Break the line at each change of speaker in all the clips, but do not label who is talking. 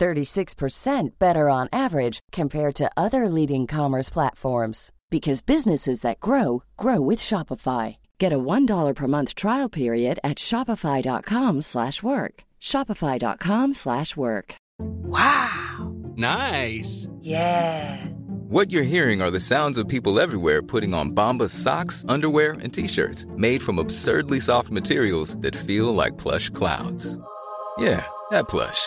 36% better on average compared to other leading commerce platforms because businesses that grow grow with Shopify. Get a $1 per month trial period at shopify.com/work. shopify.com/work.
Wow.
Nice.
Yeah.
What you're hearing are the sounds of people everywhere putting on Bombas socks, underwear, and t-shirts made from absurdly soft materials that feel like plush clouds. Yeah, that plush.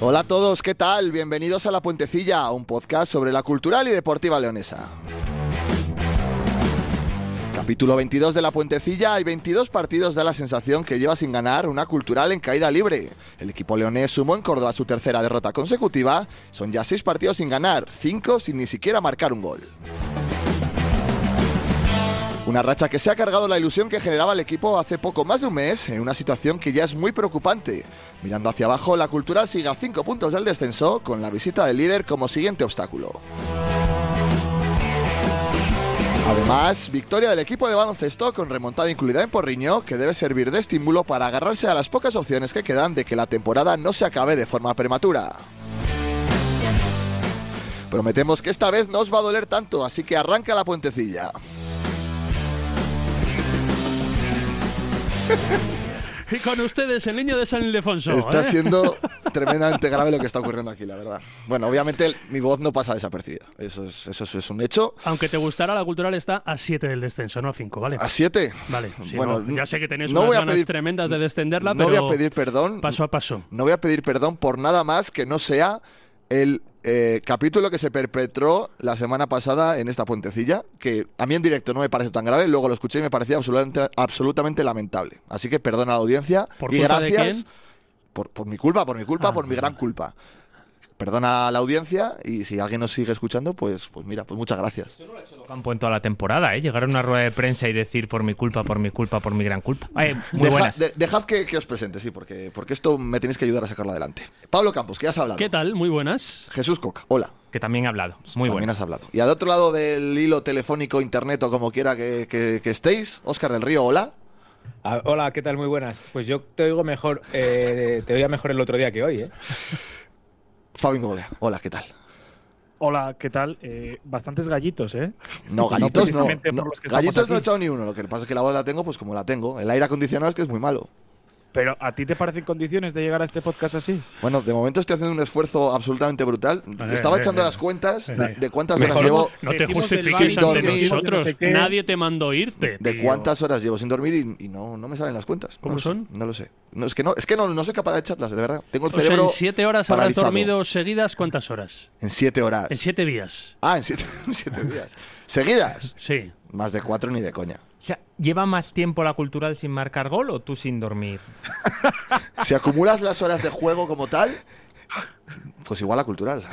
Hola a todos, ¿qué tal? Bienvenidos a La Puentecilla, un podcast sobre la cultural y deportiva leonesa. Capítulo 22 de La Puentecilla, hay 22 partidos da la sensación que lleva sin ganar una cultural en caída libre. El equipo leonés sumó en Córdoba su tercera derrota consecutiva, son ya 6 partidos sin ganar, 5 sin ni siquiera marcar un gol. Una racha que se ha cargado la ilusión que generaba el equipo hace poco más de un mes, en una situación que ya es muy preocupante. Mirando hacia abajo, la Cultural sigue a 5 puntos del descenso, con la visita del líder como siguiente obstáculo. Además, victoria del equipo de baloncesto con remontada incluida en Porriño, que debe servir de estímulo para agarrarse a las pocas opciones que quedan de que la temporada no se acabe de forma prematura. Prometemos que esta vez no os va a doler tanto, así que arranca la puentecilla.
Y con ustedes, el niño de San Ildefonso.
Está
¿eh?
siendo tremendamente grave lo que está ocurriendo aquí, la verdad. Bueno, obviamente el- mi voz no pasa desapercibida. Eso es, eso es un hecho.
Aunque te gustara, la cultural está a 7 del descenso, no a 5, ¿vale?
¿A 7?
Vale, sí,
Bueno,
no, ya sé que tenéis
no
unas
voy a
ganas
pedir-
tremendas de descenderla,
no voy
pero
a pedir perdón.
paso a paso.
No voy a pedir perdón por nada más que no sea el eh, capítulo que se perpetró la semana pasada en esta puentecilla, que a mí en directo no me parece tan grave, luego lo escuché y me parecía absolutamente, absolutamente lamentable. Así que perdona a la audiencia
¿Por
y
culpa de
gracias
quién?
Por, por mi culpa, por mi culpa,
Ah,
por mi gran
vale.
culpa. Perdona a la audiencia y si alguien nos sigue escuchando, pues, pues mira, pues muchas gracias.
campo en toda la temporada, ¿eh? Llegar a una rueda de prensa y decir por mi culpa, por mi culpa, por mi gran culpa. Ay, muy
Deja-
buenas.
de- dejad que, que os presente, sí, porque, porque esto me tenéis que ayudar a sacarlo adelante. Pablo Campos, que ya has hablado.
¿Qué tal? Muy buenas.
Jesús Coca, hola.
Que también he hablado. Muy
También
buenas.
has hablado. Y al otro lado del hilo telefónico, internet o como quiera que, que- que estéis, Óscar del Río, hola.
Ah, hola, ¿qué tal? Muy buenas. Pues yo te oigo mejor, eh, te oía mejor el otro día que hoy, ¿eh?
Fabi Goglia, hola, ¿qué tal?
Hola, ¿qué tal? Eh, bastantes gallitos, ¿eh?
No, gallitos no.
precisamente por
no,
los que estamos
gallitos no he
aquí.
echado ni uno. Lo que pasa es que la voz la tengo, pues como la tengo. El aire acondicionado es que es muy malo.
Pero ¿a ti te parecen condiciones de llegar a este podcast así?
Bueno, de momento estoy haciendo un esfuerzo absolutamente brutal.
Vale,
Estaba
vale,
echando
vale.
las cuentas
Vale.
de cuántas
Mejor
horas llevo.
No te
Decimos el
justifiques
bar,
ante
dormir,
nosotros.
no sé qué.
Nadie te mandó irte.
De
tío.
cuántas horas llevo sin dormir y, y no, no me salen las cuentas. No
¿Cómo
lo sé,
son?
no lo sé. No, es que no, es que no, no soy capaz de echarlas, de verdad. Tengo el
O sea,
cerebro.
en 7 horas habrás
paralizado.
dormido seguidas, ¿cuántas horas?
En siete horas.
En 7 días.
Ah, en siete, en siete días. Seguidas.
Sí.
Más de cuatro ni de coña.
O sea, ¿lleva más tiempo la cultural sin marcar gol o tú sin dormir?
Si acumulas las horas de juego como tal, pues igual a cultural.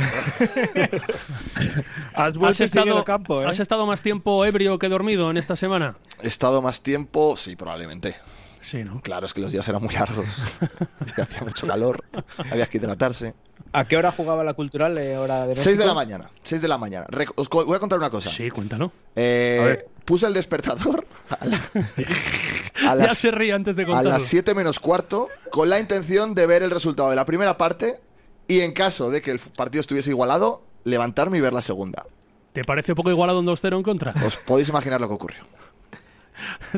Has vuelto
¿Has
y sigue en
estado,
el campo, ¿eh?
¿Has estado más tiempo ebrio que dormido en esta semana?
He estado más tiempo, sí, probablemente.
Sí, ¿no?
Claro, es que los días eran muy largos. y hacía mucho calor. Había que hidratarse.
¿A qué hora jugaba la cultural? eh, hora de
6 de la
México?
mañana. 6 de la mañana. Rec- Os co- voy a contar una cosa.
Sí, cuéntalo.
Eh, puse el despertador a, la- a
ya
las,
se ríe antes de
a
contarlo.
las 7 menos cuarto con la intención de ver el resultado de la primera parte y en caso de que el partido estuviese igualado, levantarme y ver la segunda.
¿Te parece poco igualado un 2-0 en contra?
Os podéis imaginar lo que ocurrió.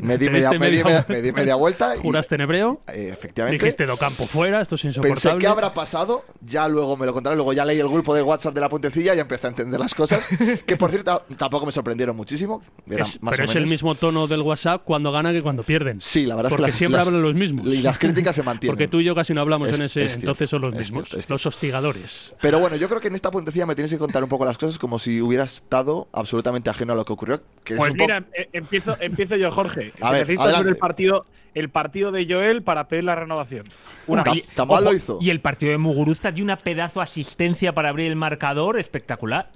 Me di
Te
media,
diste
me di media-
media vuelta.
me di media vuelta y
¿Juraste en hebreo?
eh, efectivamente
Dijiste do campo fuera, esto es insoportable.
pensé que habrá pasado, ya luego me lo contaron, luego ya leí el grupo de WhatsApp de la puentecilla y empecé a entender las cosas, que por cierto tampoco me sorprendieron muchísimo. eran
Es-
más
pero
o
es el
menos.
mismo tono del WhatsApp cuando gana que cuando pierden.
Sí, la verdad es que
Porque
las-
siempre
las-
hablan los mismos.
y las críticas se mantienen.
Porque tú y yo casi no hablamos
Es-
en ese,
es cierto,
entonces son los
es
mismos.
cierto, es
los hostigadores.
Pero bueno, yo creo que en esta puentecilla me tienes que contar un poco las cosas como si hubiera estado absolutamente ajeno a lo que ocurrió. Que es
Pues
un poco-
mira, eh, empiezo, empiezo yo, Jorge.
A ver,
Necesitas ver
adelante.
el partido, el partido de Joel para pedir la renovación. Una
Ta-
y-
Tamal
ojo,
lo hizo.
Y el partido de Muguruza dio una pedazo de asistencia para abrir el marcador espectacular.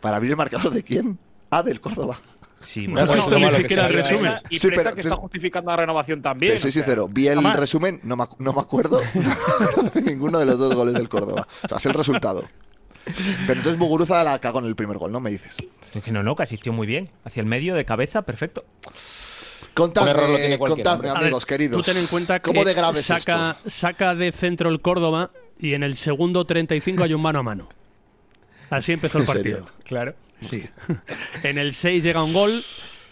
¿Para abrir el marcador de quién? Ah, del Córdoba.
Sí,
No has
bueno.
visto Pues ni siquiera el
y
resumen.
Presa- Y
Sí,
Presa
pero-
que
sí.
está justificando la renovación también.
Te soy
o sea,
sincero, vi el
Tamal,
resumen, no me, ac- no me acuerdo de ninguno de los dos goles del Córdoba. O sea, es el resultado. Pero entonces Muguruza la cagó en el primer gol, ¿no? Me dices.
Yo dije, no, no, que asistió muy bien. Hacia el medio, de cabeza, perfecto.
Contadme,
Un error lo tiene cualquiera,
eh, contadme,
A ver,
amigos queridos.
Tú ten en cuenta que
¿Cómo de grave es
saca,
esto?
saca de centro el Córdoba y en el segundo 35 hay un mano a mano. Así empezó el
¿En serio?
partido.
Claro.
Sí. en el 6 llega un gol,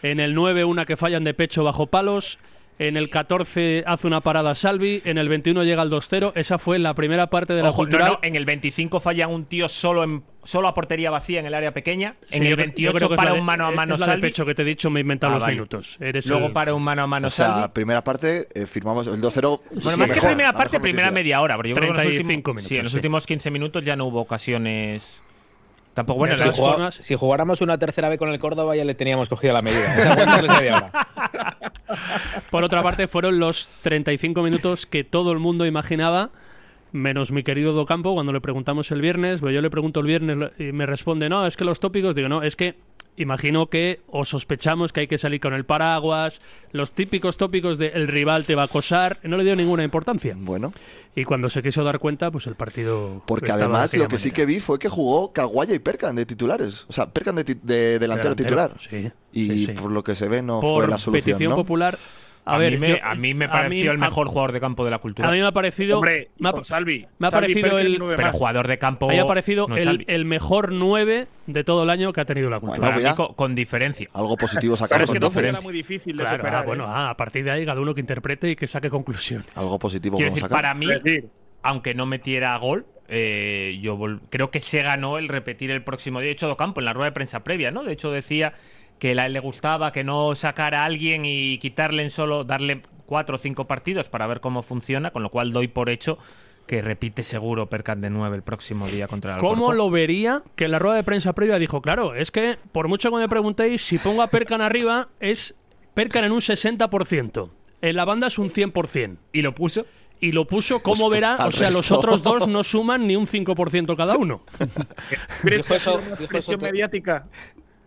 en el 9 una que fallan de pecho bajo palos, en el 14 hace una parada Salvi, en el 21 llega el 2-0, esa fue la primera parte de la
Ojo, no,
cultural.
no, en el 25 falla un tío solo en solo a portería vacía en el área pequeña.
Sí,
en el
yo creo- yo
28
creo que es
para
la de-
un mano a
es
mano
la de
Salvi.
pecho que te he dicho, me he inventado
Ah,
los
vale.
minutos. Eres
Luego
el-
para un mano a mano
O sea,
Salvi.
primera parte eh, firmamos el 2-0.
Bueno,
sí,
más que
mejor,
primera
la
parte,
mejor
primera
noticia.
media hora. Pero yo creo que en los
35
últimos- Sí, en
minutos,
los
sí.
últimos 15 minutos ya no hubo ocasiones. Tampoco, bueno,
De
la-
Si,
todas
jugá-
formas-
si jugáramos una tercera vez con el Córdoba ya le teníamos cogida la medida. Esa buena clase de ahora.
Por otra parte, fueron los 35 minutos que todo el mundo imaginaba, menos mi querido Docampo, cuando le preguntamos el viernes, pues yo le pregunto el viernes lo- y me responde, no, es que los tópicos, digo, no, es que imagino que o sospechamos que hay que salir con el paraguas, los típicos tópicos de el rival te va a acosar, no le dio ninguna importancia.
Bueno,
Y cuando se quiso dar cuenta, pues el partido...
porque
estaba de
además lo
aquella
que sí
manera.
que vi fue que jugó Caguaya y Perkan de titulares. O sea, Perkan de, ti- de delantero, titular.
Sí,
Y
sí, sí.
por lo que se ve, no
Por
fue la solución.
petición
¿no?
popular... A,
a,
ver,
mí me,
yo-
a mí me
a
pareció el
a-
mejor jugador de campo de la
A,
cultura.
mí me ha parecido...
Hombre,
me ha-
con Salvi.
me ha
Salvi,
parecido
Perkin,
el-
nueve
pero
más.
jugador de campo.
haya parecido
no es
el,
Salvi.
el mejor 9 de todo el año que ha tenido la cultura.
Para
Bueno,
mí,
mira.
co- con diferencia.
Algo positivo
Pero
sacamos
es que
entonces.
tampoco era muy difícil de
Claro, ah,
superar. ¿eh?
bueno, ah, a partir de ahí cada uno que interprete y que saque conclusiones.
Algo positivo
Quiero
podemos
decir,
sacar.
para mí,
Es decir,
aunque no metiera gol, eh, yo vol- creo que se ganó el repetir el próximo día. De hecho, Docampo en la rueda de prensa previa, ¿no? De hecho, decía que a él le gustaba que no sacara a alguien y quitarle en solo, darle cuatro o cinco partidos para ver cómo funciona, con lo cual doy por hecho que repite seguro Percan de 9 el próximo día contra el
¿Cómo lo vería? Que en la rueda de prensa previa dijo, claro, es que por mucho que me preguntéis, si pongo a Perkan arriba, es Perkan en un 60%. En la banda es un 100%.
¿Y lo puso?
Y lo puso, como
Justo
verá,
Pues, al
o sea, los
resto.
otros dos no suman ni un 5% cada uno.
¿crees
Dijo eso-
que ha sido una
dijo eso
presión
tú.
mediática?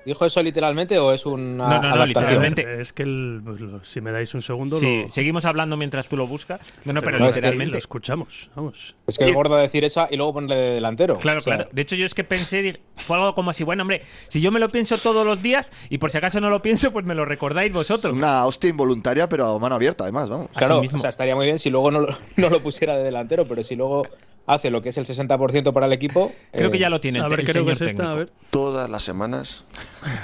¿Dijo eso literalmente o es una
No, no, no,
adaptación?
literalmente.
Es que el- pues, lo- si me dais un segundo,
Sí,
lo,
seguimos hablando mientras tú lo buscas. No, no, pero
No, es que-
lo
literalmente.
escuchamos. Vamos.
Es que es gordo decir esa y luego ponerle de delantero.
Claro,
O sea,
claro. De hecho, yo es que pensé, dije- fue algo como así, bueno, hombre, si yo me lo pienso todos los días y por si acaso no lo pienso, pues me lo recordáis vosotros.
Una hostia involuntaria, pero a mano abierta, además, vamos.
Así
Claro,
mismo.
o sea, estaría muy bien si luego no lo, no lo pusiera de delantero, pero si luego hace lo que es el 60% para el equipo.
Creo
eh,
que ya lo tiene.
A
el
ver,
te- el
creo que es
señor
esta. A
técnico.
ver.
todas las semanas,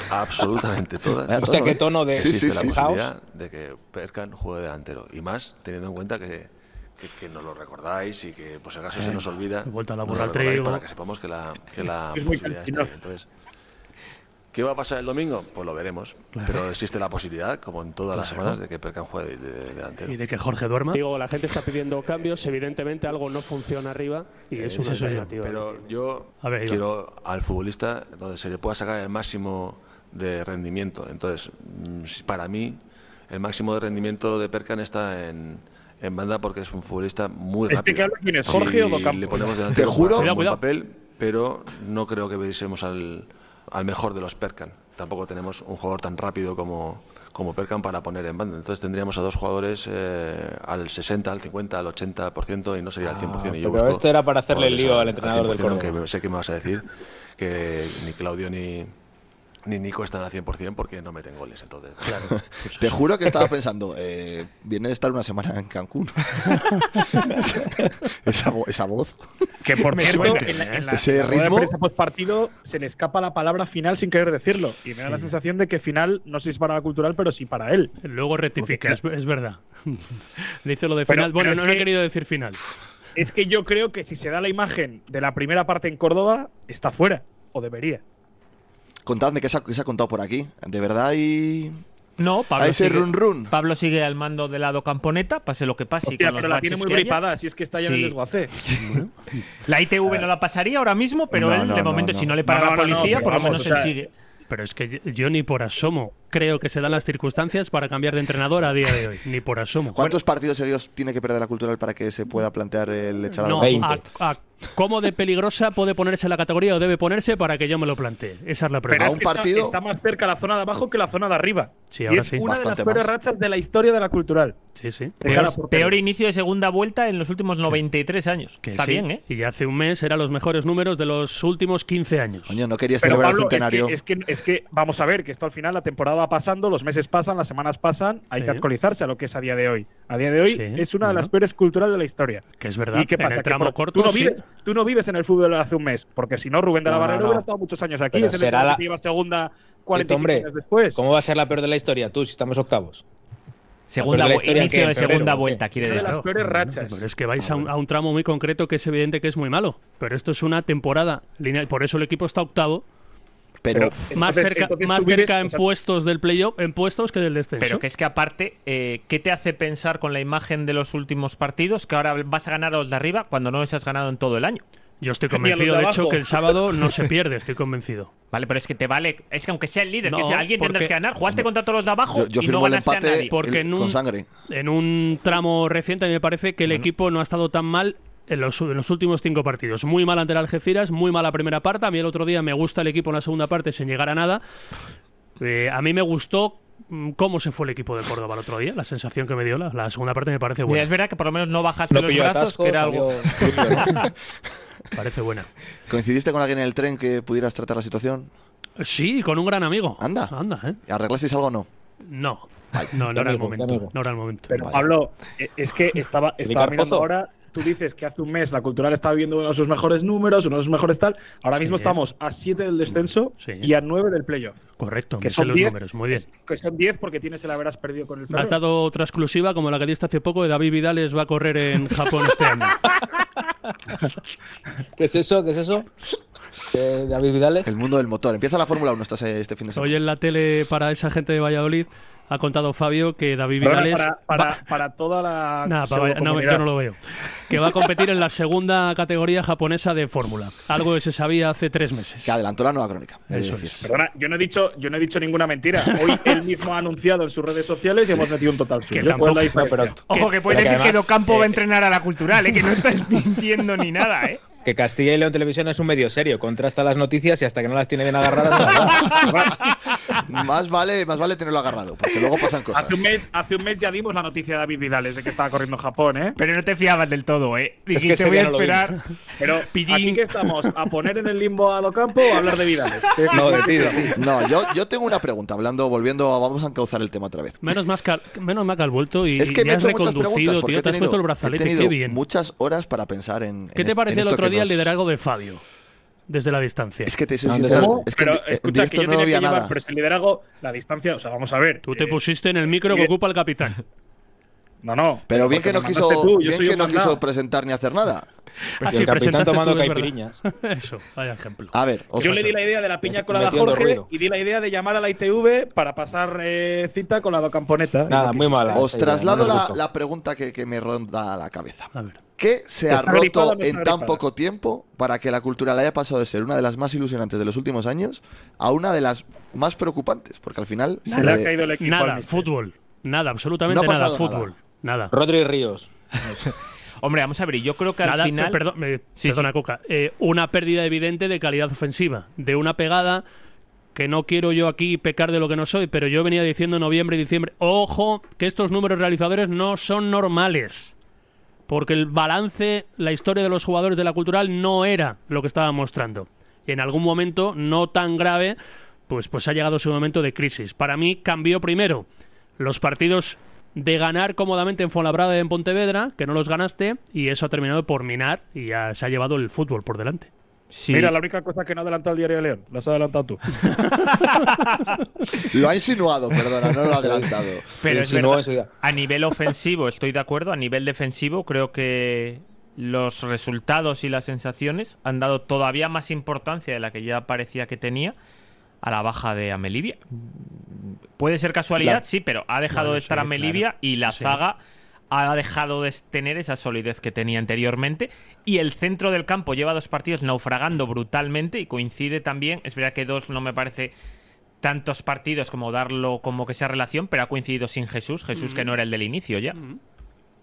absolutamente todas,
Vaya
Hostia,
todo,
qué
¿eh?
tono de-
Sí, sí,
existe
sí.
la
House.
posibilidad de que Perkan juegue delantero. Y más teniendo en cuenta que, que, que nos lo recordáis y que, pues, si acaso se nos olvida,
vuelta a la
nos lo
bola al
recordáis
trigo.
para que sepamos que la, que la
Es muy
posibilidad está
cansino.
ahí. Entonces, ¿qué va a pasar el domingo? Pues lo veremos. Pero existe la posibilidad, como en todas las semanas, de que Perkan juegue de, de- de delantero.
Y de que Jorge duerma.
Digo, la gente está pidiendo cambios, evidentemente algo no funciona arriba y es una
sí,
alternativa.
Pero yo
Eh, A ver, Iván.
quiero al futbolista donde se le pueda sacar el máximo de rendimiento. Entonces, mm, si- para mí, el máximo de rendimiento de Perkan está en, en banda porque es un futbolista muy
¿Este
rápido.
que habla quién es, Jorge
Si
o Docampo?
Le ponemos delante
Te
puede
juro-
hacer un
Cuidado,
buen papel, pero no creo que veríamos al, al mejor de los Perkan. Tampoco tenemos un jugador tan rápido como, como Perkan para poner en banda. Entonces tendríamos a dos jugadores eh, al 60, al 50, al 80% y no sería al 100%. Y yo
Ah, pero
busco
esto era para hacerle el
jugadores
lío al entrenador del
100%,
Córdoba.
aunque sé que me vas a decir que ni Claudio ni, ni Nico están al 100% porque no meten goles. Entonces,
Te juro que estaba pensando, eh, viene de estar una semana en Cancún. esa, vo- esa voz.
Que por cierto, en la, en la- en
ese
la rueda de
ritmo.
prensa postpartido pues se le escapa la palabra final sin querer decirlo. Y me da la
Sí.
sensación de que final no sé si es para la cultural, pero sí para él.
Luego rectifica, es, es verdad. Le hizo lo de
Pero-
final. bueno,
pero
no,
es
no he
que-
querido decir final.
Es que yo creo que si se da la imagen de la primera parte en Córdoba, está fuera. O debería.
Contadme qué se, ha, qué se ha contado por aquí. De verdad y.
No, Pablo
A ese
sigue,
run run.
Pablo sigue al mando del lado Camponeta, pase lo que pase. y
Hostia,
con los
pero la tiene
baches
muy
que haya.
gripada, si es que está ya en el
Sí.
desguace.
La ITV no la pasaría ahora mismo, pero
No,
él,
no,
de
no,
momento,
no.
si no le para
No,
la
no, no,
policía,
pero
por lo
vamos,
menos
o sea,
él sigue.
Pero es que yo, yo ni por asomo creo que se dan las circunstancias para cambiar de entrenador a día de hoy. Ni por asomo.
¿Cuántos partidos seguidos tiene que perder la cultural para que se pueda plantear el echar a
No,
Dortmund?
a, a cómo de peligrosa puede ponerse la categoría o debe ponerse para que yo me lo plantee. Esa es la pregunta.
Pero es que está- está, más cerca la zona de abajo que la zona de arriba.
Sí,
Y
ahora
es
sí.
una de las
Bastante
peores
más.
rachas de la historia de la cultural.
Sí, sí.
De cara a
Peor,
portería.
peor inicio de segunda vuelta en los últimos 93 años.
Que
Está
sí,
bien, ¿eh?
Y hace un mes eran los mejores números de los últimos 15 años.
Coño, no quería
Pero Pablo, es que, es, que, es que vamos a ver que esto al final la temporada va pasando, los meses pasan, las semanas pasan, hay
Sí.
que actualizarse a lo que es a día de hoy. A día de hoy
Sí,
es una de las peores culturas de la historia.
Que es verdad.
¿Y qué
En
pasa?
el
Que
tramo
por-
corto,
tú, no
sí.
vives, tú no vives en el fútbol de hace un mes, porque si no, Rubén de la
No,
Barrera
no, no.
hubiera estado muchos años aquí,
Pero
es en el
será
tramo
la-
que lleva segunda
Pero,
45
hombre,
años después.
¿cómo va a ser la peor de la historia? Tú, si estamos octavos.
Segunda,
La peor de la
vu-
historia, ¿en
inicio
qué?
de
¿En febrero?
segunda
¿En qué?
vuelta, quiere
Una de
decir.
las peores rachas.
Pero es que vais a un, a un tramo muy concreto que es evidente que es muy malo. Pero esto es una temporada lineal. Por eso el equipo está octavo.
Pero,
más
entonces-
cerca,
entonces
más
tú vives-
cerca en
o sea-
puestos del playoff, en puestos que del descenso.
Pero que es que aparte, eh, ¿qué te hace pensar con la imagen de los últimos partidos que ahora vas a ganar a los de arriba cuando no les has ganado en todo el año?
Yo estoy convencido, de hecho, que el sábado no se pierde, estoy convencido.
Vale, pero es que te vale. Es que aunque sea el líder,
No,
que sea, alguien tendrás
porque-
que ganar. Jugaste contra todos los de abajo
Yo- yo
y
firmo
no
el
ganaste
empate
a nadie.
Porque el- en un- con sangre. En un tramo reciente, a mí me parece que el equipo no ha estado tan mal en los, en los últimos cinco partidos. Muy mal ante el Algeciras, muy mala primera parte. A mí el otro día me gusta el equipo en la segunda parte sin llegar a nada. Eh, a mí me gustó mm, cómo se fue el equipo de Córdoba el otro día. La sensación que me dio la, la segunda parte me parece
Mira,
buena.
es verdad que por lo menos no bajaste los brazos, que era algo.
Parece buena.
¿Coincidiste con alguien en el tren que pudieras tratar la situación?
Sí, con un gran amigo.
Anda.
Anda, ¿eh?
¿Arreglasteis algo o no?
No. No, no era el momento. No era el momento.
Pero Pablo, eh, es que estaba, estaba
Ricardo
mirando
Pozo.
ahora. Tú dices que hace un mes la cultural estaba viviendo uno de sus mejores números, uno de sus mejores tal. Ahora mismo estamos a 7 del descenso
Sí.
y a 9 del playoff.
Correcto,
Que
me
son
sé los
10.
números. Muy bien.
Que son 10 porque tienes el haberás perdido con el
Me has
Ferrol.
dado otra exclusiva como la que diste hace poco de David Vidales va a correr en Japón este año.
¿Qué es eso? ¿Qué es eso? Eh, David Vidales.
El mundo del motor. Empieza la Fórmula 1 esta se- este fin de semana.
Hoy en la tele para esa gente de Valladolid ha contado Fabio que David
Perdona,
Vidales
para, para, para toda la.
va- Nada, para- no,
pseudocomunidad.
yo no lo veo. Que va a competir en la segunda categoría japonesa de Fórmula. Algo que se sabía hace tres meses. Que
adelantó la nueva crónica.
Eso es.
Perdona, yo no, he dicho, yo no he dicho ninguna mentira. Hoy él mismo ha anunciado en sus redes sociales y hemos metido un total suyo.
tampoco-
Pues la diferencia.
No, pero-
Ojo, que eh,
Pero que
puede decir que
además, eh,
Docampo va a entrenar a la cultural, ¿eh? que no estás mintiendo ni nada, ¿eh?
Que Castilla y León Televisión es un medio serio, contrasta las noticias y hasta que no las tiene bien agarradas. no las da.
Más vale, más vale tenerlo agarrado, porque luego pasan cosas.
Hace un, mes, hace un mes ya dimos la noticia de David Vidales de que estaba corriendo en Japón, ¿eh?
Pero no te fiabas del todo, ¿eh?
Es
Dijiste,
que ese
voy a
día no lo
esperar.
Pero aquí que estamos, ¿a poner en el limbo a Docampo o a hablar de Vidales?
No, de ti, de ti.
No, yo, yo tengo una pregunta, hablando, volviendo, a- vamos a encauzar el tema otra vez.
Menos, más cal- menos mal que has vuelto y,
Es que
y
me he
has
hecho muchas preguntas,
reconducido,
porque
tío.
he
Te has
tenido-
puesto el
he
brazalete,
tenido
qué bien.
muchas horas para pensar en en
¿Qué te
est- en
pareció el
esto
otro
que
día el
nos-
liderazgo de Fabio? Desde la distancia.
Es que te soy
¿Dónde
sincero,
estamos?
es que
Pero
en- en
escucha, que
directo
yo
no
tenía que
había
llevar,
nada.
pero si liderazgo, la distancia, o sea, vamos a ver.
Tú
eh,
te pusiste en el micro que
bien.
ocupa el capitán.
No, no.
Pero bien
porque
que no
me
quiso,
mandaste tú, yo
bien
soy
que
un
no
mandado.
quiso presentar ni hacer nada.
Ah,
sí, presentaste tú, es verdad.
Eso, vaya ejemplo.
A ver, os-
Yo le di la idea de la piña colada a
Metiendo
Jorge
ruido.
y di la idea de llamar a la ITV para pasar eh, cita con la Docamponeta.
Nada, muy mala.
Oh,
os
esa idea,
traslado
no nos
la,
gustó.
la pregunta que, que me ronda la cabeza.
A ver.
¿Qué se ha
¿Está gripada
roto
o no está
en tan
gripada?
poco tiempo para que la cultural haya pasado de ser una de las más ilusionantes de los últimos años a una de las más preocupantes? Porque al final eh, se
Nada.
le-
Nada, fútbol. Nada, absolutamente
No ha
nada,
pasado nada.
fútbol. Nada.
Rodri Ríos.
Hombre, vamos a ver, yo creo que al
Nada,
final.
perdón, eh, perdona, Coca. Eh, una pérdida evidente de calidad ofensiva, de una pegada que no quiero yo aquí pecar de lo que no soy, pero yo venía diciendo en noviembre y diciembre, ojo, que estos números realizadores no son normales. Porque el balance, la historia de los jugadores de la cultural no era lo que estaba mostrando. Y en algún momento, no tan grave, pues, pues ha llegado su momento de crisis. Para mí cambió primero los partidos de ganar cómodamente en Fuenlabrada y en Pontevedra, que no los ganaste, y eso ha terminado por minar y ya se ha llevado el fútbol por delante.
Sí. Mira, la única cosa que no adelanta el diario de León, las has adelantado tú.
Lo ha insinuado, perdona, no lo ha adelantado.
Pero es verdad, a nivel ofensivo estoy de acuerdo, a nivel defensivo creo que los resultados y las sensaciones han dado todavía más importancia de la que ya parecía que tenía a la baja de Amelivia. Puede ser casualidad,
Claro.
sí, pero ha dejado
Claro,
de estar
sí,
Amelivia
claro.
y la
Sí.
zaga ha dejado de tener esa solidez que tenía anteriormente. Y el centro del campo lleva dos partidos naufragando brutalmente y coincide también. Es verdad que dos no me parece tantos partidos como darlo como que sea relación, pero ha coincidido sin Jesús, Jesús que
Mm.
no era el del inicio ya.
Mm.